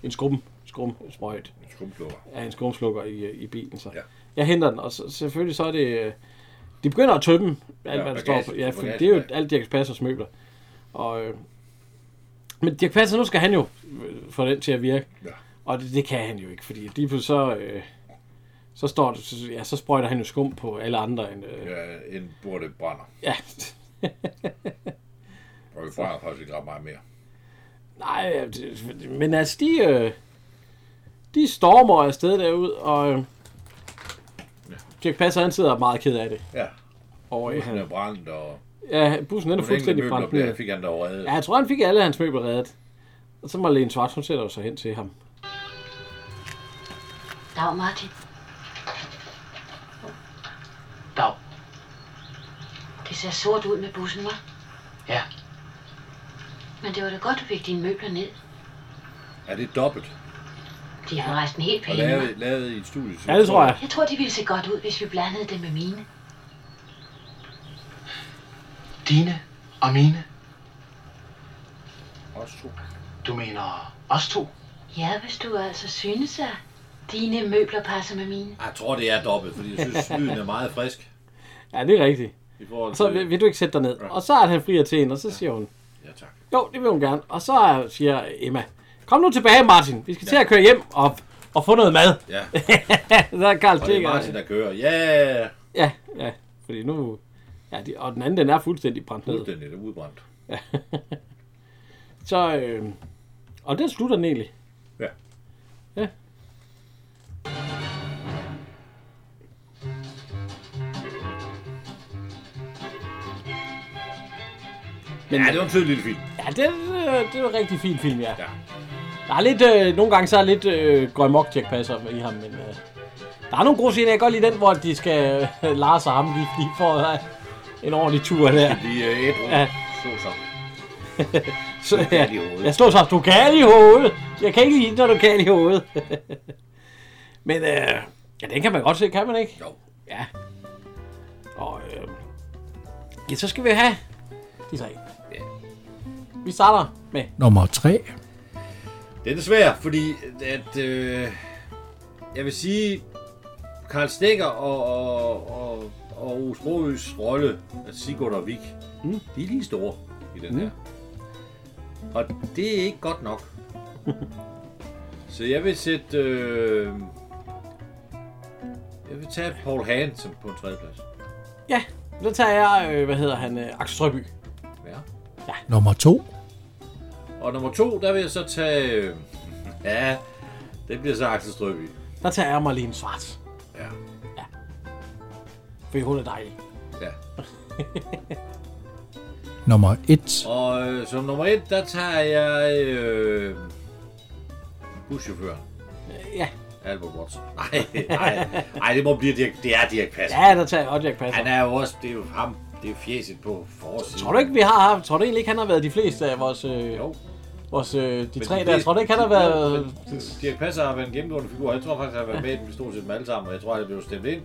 Speaker 2: en skrum, skrum sprøjt.
Speaker 3: En skumslukker.
Speaker 2: Ja, en skumslukker i, øh, i bilen. Så. Ja. Jeg henter den, og så, selvfølgelig så er det... Øh, de begynder at tømme alt,
Speaker 3: Ja,
Speaker 2: ja, hvad der står
Speaker 3: bagage-
Speaker 2: på. Ja, for
Speaker 3: bagage-
Speaker 2: det er jo alt Dirk Passers møbler. Og, øh, men Dirk Passer, nu skal han jo øh, få den til at virke.
Speaker 3: Ja.
Speaker 2: Og det, det, kan han jo ikke, fordi lige pludselig så... Øh, så, står det, så, ja, så sprøjter han jo skum på alle andre end... Øh,
Speaker 3: Ja, en bord, det brænder.
Speaker 2: ja.
Speaker 3: Og vi brænder faktisk ikke ret meget mere.
Speaker 2: Nej, det- men altså, de, øh, de stormer afsted derud, og øh, Dirk Passer, han sidder meget ked af det.
Speaker 3: Ja.
Speaker 2: Og
Speaker 3: Husen er brændt, og...
Speaker 2: Ja, bussen den er
Speaker 3: Nogle
Speaker 2: fuldstændig
Speaker 3: enkelte møbler
Speaker 2: brændt ned.
Speaker 3: blev- fik han dog reddet.
Speaker 2: Ja, jeg tror, han fik alle hans møbler reddet. Og så Marlene Svart, hun sætter jo sig hen til ham.
Speaker 16: Dag, Martin.
Speaker 9: Dag.
Speaker 16: Det ser sort ud med bussen, hva'?
Speaker 9: Ja.
Speaker 16: Men det var da godt, du fik dine møbler ned.
Speaker 3: Er det dobbelt?
Speaker 16: De er forresten helt
Speaker 3: Og
Speaker 16: pæne.
Speaker 3: lavet, lavet i et studie.
Speaker 2: Ja, det tror jeg.
Speaker 16: Jeg tror, de ville se godt ud, hvis vi blandede dem med mine.
Speaker 12: Dine og mine.
Speaker 3: Os to.
Speaker 12: Du mener os to?
Speaker 16: Ja, hvis du altså synes, at dine møbler passer med mine.
Speaker 3: Jeg tror, det er dobbelt, fordi jeg synes, lyden er meget frisk.
Speaker 2: Ja, det er rigtigt.
Speaker 3: I forhold
Speaker 2: Og så
Speaker 3: til...
Speaker 2: vil, vil du ikke sætte dig ned. Og så er han frier til hende, og så siger hun,
Speaker 3: Ja, tak.
Speaker 2: jo, det vil hun gerne. Og så siger Emma, kom nu tilbage, Martin. Vi skal til at køre hjem, og og få noget mad.
Speaker 3: Ja.
Speaker 2: så er Karl
Speaker 3: Og det er Martin, der kører. Ja! Yeah.
Speaker 2: Ja, ja. Fordi nu... Ja, de, og den anden, den er fuldstændig brændt ned.
Speaker 3: Fuldstændig, det er udbrændt.
Speaker 2: Ja. så... Øh, og den slutter den egentlig.
Speaker 3: Ja.
Speaker 2: Ja.
Speaker 3: Men, ja, det var en fed lille film.
Speaker 2: Ja, det, øh, det er en rigtig fin film, ja. ja. Der er lidt, øh, nogle gange så er lidt øh, Grømok Jack passer i ham, men øh, der er nogle gode scener. Jeg kan godt lide den, hvor de skal øh, Lars og ham lige, lige får øh, en ordentlig tur der.
Speaker 3: Lige øh, et ja.
Speaker 2: Ja.
Speaker 3: slå sig.
Speaker 2: Så, ja,
Speaker 3: i hovedet.
Speaker 2: jeg slår sig, du kan i hovedet. Jeg kan ikke lide, når du kan i hovedet. men øh, ja, den kan man godt se, kan man ikke?
Speaker 3: Jo.
Speaker 2: Ja. Og øh, ja, så skal vi have de tre. Vi starter med
Speaker 1: Nummer 3.
Speaker 3: Den er svær, fordi at, øh, jeg vil sige, Karl Stikker og, og, og, og Ove Sprogøs rolle, at Sigurd og Vik, mm. de er lige store i den mm. her. Og det er ikke godt nok. Så jeg vil sætte... Øh, jeg vil tage Paul Hahn som på en tredjeplads.
Speaker 2: Ja, så tager jeg, øh, hvad hedder han, øh, Axel Strøby.
Speaker 3: Ja.
Speaker 1: Nummer 2.
Speaker 3: Og nummer to, der vil jeg så tage... Øh, ja, det bliver så Axel Strøby.
Speaker 2: Der tager jeg Marlene Svart,
Speaker 3: Ja.
Speaker 2: fordi hun er dejlig.
Speaker 3: Ja.
Speaker 1: Nummer 1.
Speaker 3: Og øh, som nummer et, der tager jeg øh, buschaufføren.
Speaker 2: Øh, Ja.
Speaker 3: Albert Watson. Nej, nej, nej, det må blive Dirk, det er Dirk Passer.
Speaker 2: Ja, der tager jeg også Jack Passer.
Speaker 3: Han er jo også, det er jo ham, det er jo fjeset på forsiden.
Speaker 2: Tror du ikke, vi har haft, tror du egentlig ikke, han har været de fleste af vores, øh,
Speaker 3: Jo.
Speaker 2: vores øh, de
Speaker 3: Men
Speaker 2: tre
Speaker 3: det-
Speaker 2: der? Tror du ikke, han har været...
Speaker 3: Men Dirk Passer har været en gennemgående figur. Jeg tror faktisk, han har været med i den stort set dem alle sammen, og jeg tror, han blev stemt ind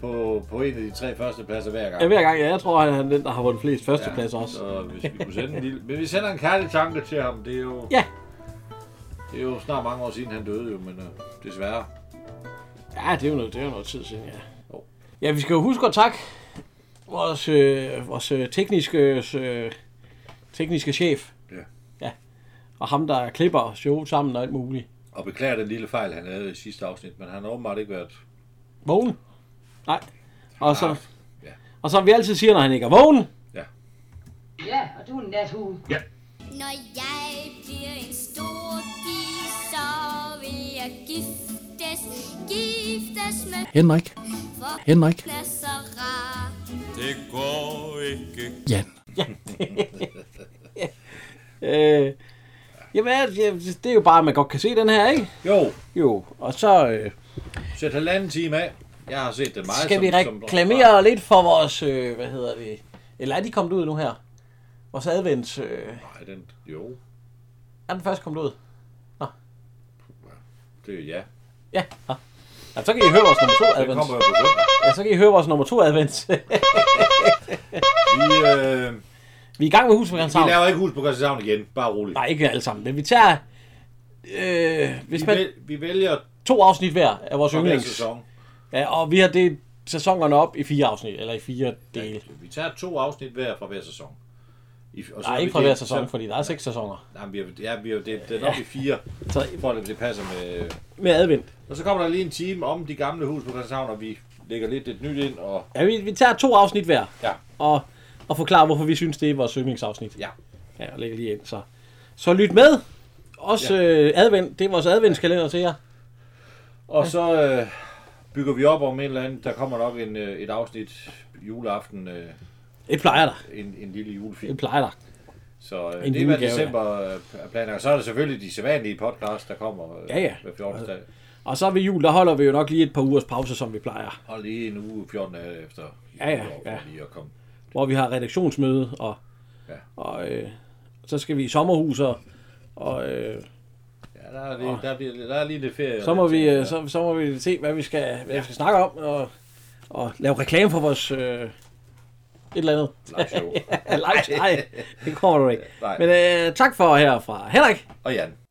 Speaker 3: på, på en af de tre første pladser hver gang.
Speaker 2: Ja, hver gang, ja, jeg tror, han er den, der har vundet flest førstepladser
Speaker 3: Ja,
Speaker 2: også.
Speaker 3: Så hvis vi kunne sende en lille... Men vi sender en kærlig tanke til ham. Det er jo...
Speaker 2: Ja.
Speaker 3: Det er jo snart mange år siden, han døde jo, men øh, desværre.
Speaker 2: Ja, det er jo noget, det er jo noget tid siden, ja. Ja, vi skal jo huske at takke vores, øh, vores øh, tekniske, øh, tekniske chef.
Speaker 3: Ja.
Speaker 2: ja. Og ham, der klipper show sammen og alt muligt.
Speaker 3: Og beklager den lille fejl, han lavede i sidste afsnit, men han har åbenbart ikke været...
Speaker 2: Vågen? Nej. Og så,
Speaker 3: Ah, Ja.
Speaker 2: og som vi altid siger, når han ikke er vågen.
Speaker 5: Ja, og du er en nathue.
Speaker 2: Ja.
Speaker 20: Når jeg bliver en stor pige, så vil jeg giftes, giftes med
Speaker 1: Henrik.
Speaker 20: For
Speaker 1: Henrik.
Speaker 20: hun er så rar.
Speaker 21: Det går ikke.
Speaker 1: Jan.
Speaker 2: øh, jamen, altså, ja, det er jo bare, at man godt kan se den her, ikke?
Speaker 3: Jo.
Speaker 2: Jo, og så øh,
Speaker 3: Sæt halvanden time af. Jeg har set det meget
Speaker 2: skal vi reklamere lidt for vores, øh, hvad hedder det, eller er de kommet ud nu her? Vores advents, øh,
Speaker 3: Nej, den... Jo,
Speaker 2: er den først kommet ud?
Speaker 3: det er ja.
Speaker 2: Ja, nå. ja så kan I høre vores nummer to
Speaker 3: Den
Speaker 2: advents.
Speaker 3: kommer jo på søndag.
Speaker 2: Ja, så kan I høre vores nummer to advents.
Speaker 3: vi, øh,
Speaker 2: vi er i gang med hus på Christianshavn.
Speaker 3: Vi laver ikke hus på Christianshavn igen, bare roligt.
Speaker 2: Nej, ikke alle sammen, men vi tager øh, hvis
Speaker 3: vi,
Speaker 2: man-
Speaker 3: væl, vi vælger
Speaker 2: to afsnit hver af vores
Speaker 3: fra hver
Speaker 2: yndlings.
Speaker 3: sæson.
Speaker 2: Ja, og vi har det sæsonerne op i fire afsnit, eller i fire dele.
Speaker 3: Vi tager to afsnit hver fra hver sæson. I, og
Speaker 2: Nej,
Speaker 3: har
Speaker 2: ikke
Speaker 3: vi
Speaker 2: fra
Speaker 3: delt-
Speaker 2: hver sæson,
Speaker 3: så-
Speaker 2: fordi der er seks sæsoner.
Speaker 3: Nej, men vi har, ja, vi har delt den op
Speaker 2: Ja.
Speaker 3: i fire,
Speaker 2: Så-
Speaker 3: for at det passer med...
Speaker 2: Med advent.
Speaker 3: Og så kommer der lige en time om de gamle hus på Christianshavn, og vi lægger lidt et nyt ind, og
Speaker 2: Ja, vi, vi tager to afsnit hver.
Speaker 3: Ja.
Speaker 2: Og, og forklarer, hvorfor vi synes, det er vores yndlingsafsnit.
Speaker 3: Ja.
Speaker 2: Ja, og lægger lige ind, så. Så lyt med. Også ja. øh, advent, det er vores adventskalender til jer.
Speaker 3: Og så øh, bygger vi op om en eller anden. Der kommer nok en, øh, et afsnit juleaften. Øh,
Speaker 2: det plejer der.
Speaker 3: En, en lille julefilm.
Speaker 2: Det plejer der.
Speaker 3: Så øh,
Speaker 2: En
Speaker 3: det er hvad
Speaker 2: julegave,
Speaker 3: december øh, er planer. Og så er der selvfølgelig de sædvanlige podcast, der kommer øh,
Speaker 2: Ja, ja.
Speaker 3: hver 14. dag.
Speaker 2: Og så ved jul, der holder vi jo nok lige et par ugers pause, som vi plejer.
Speaker 3: Og lige en uge 14 dage efter.
Speaker 2: Ja, ja,
Speaker 3: juleaften,
Speaker 2: ja.
Speaker 3: Lige at komme.
Speaker 2: Hvor vi har redaktionsmøde, og,
Speaker 3: Ja.
Speaker 2: og øh, så skal vi i sommerhus, og, og øh,
Speaker 3: Ja, der er, lige, der, bliver, der er lige lidt ferie.
Speaker 2: så, må vi, øh, så, så må vi se, hvad vi skal, hvad vi skal snakke om, og, og lave reklame for vores... Øh, et eller andet.
Speaker 3: Live show.
Speaker 2: ja, live show. Nej, det kommer du ikke.
Speaker 3: Nej.
Speaker 2: Men øh, tak for her fra Henrik.
Speaker 3: Og Jan.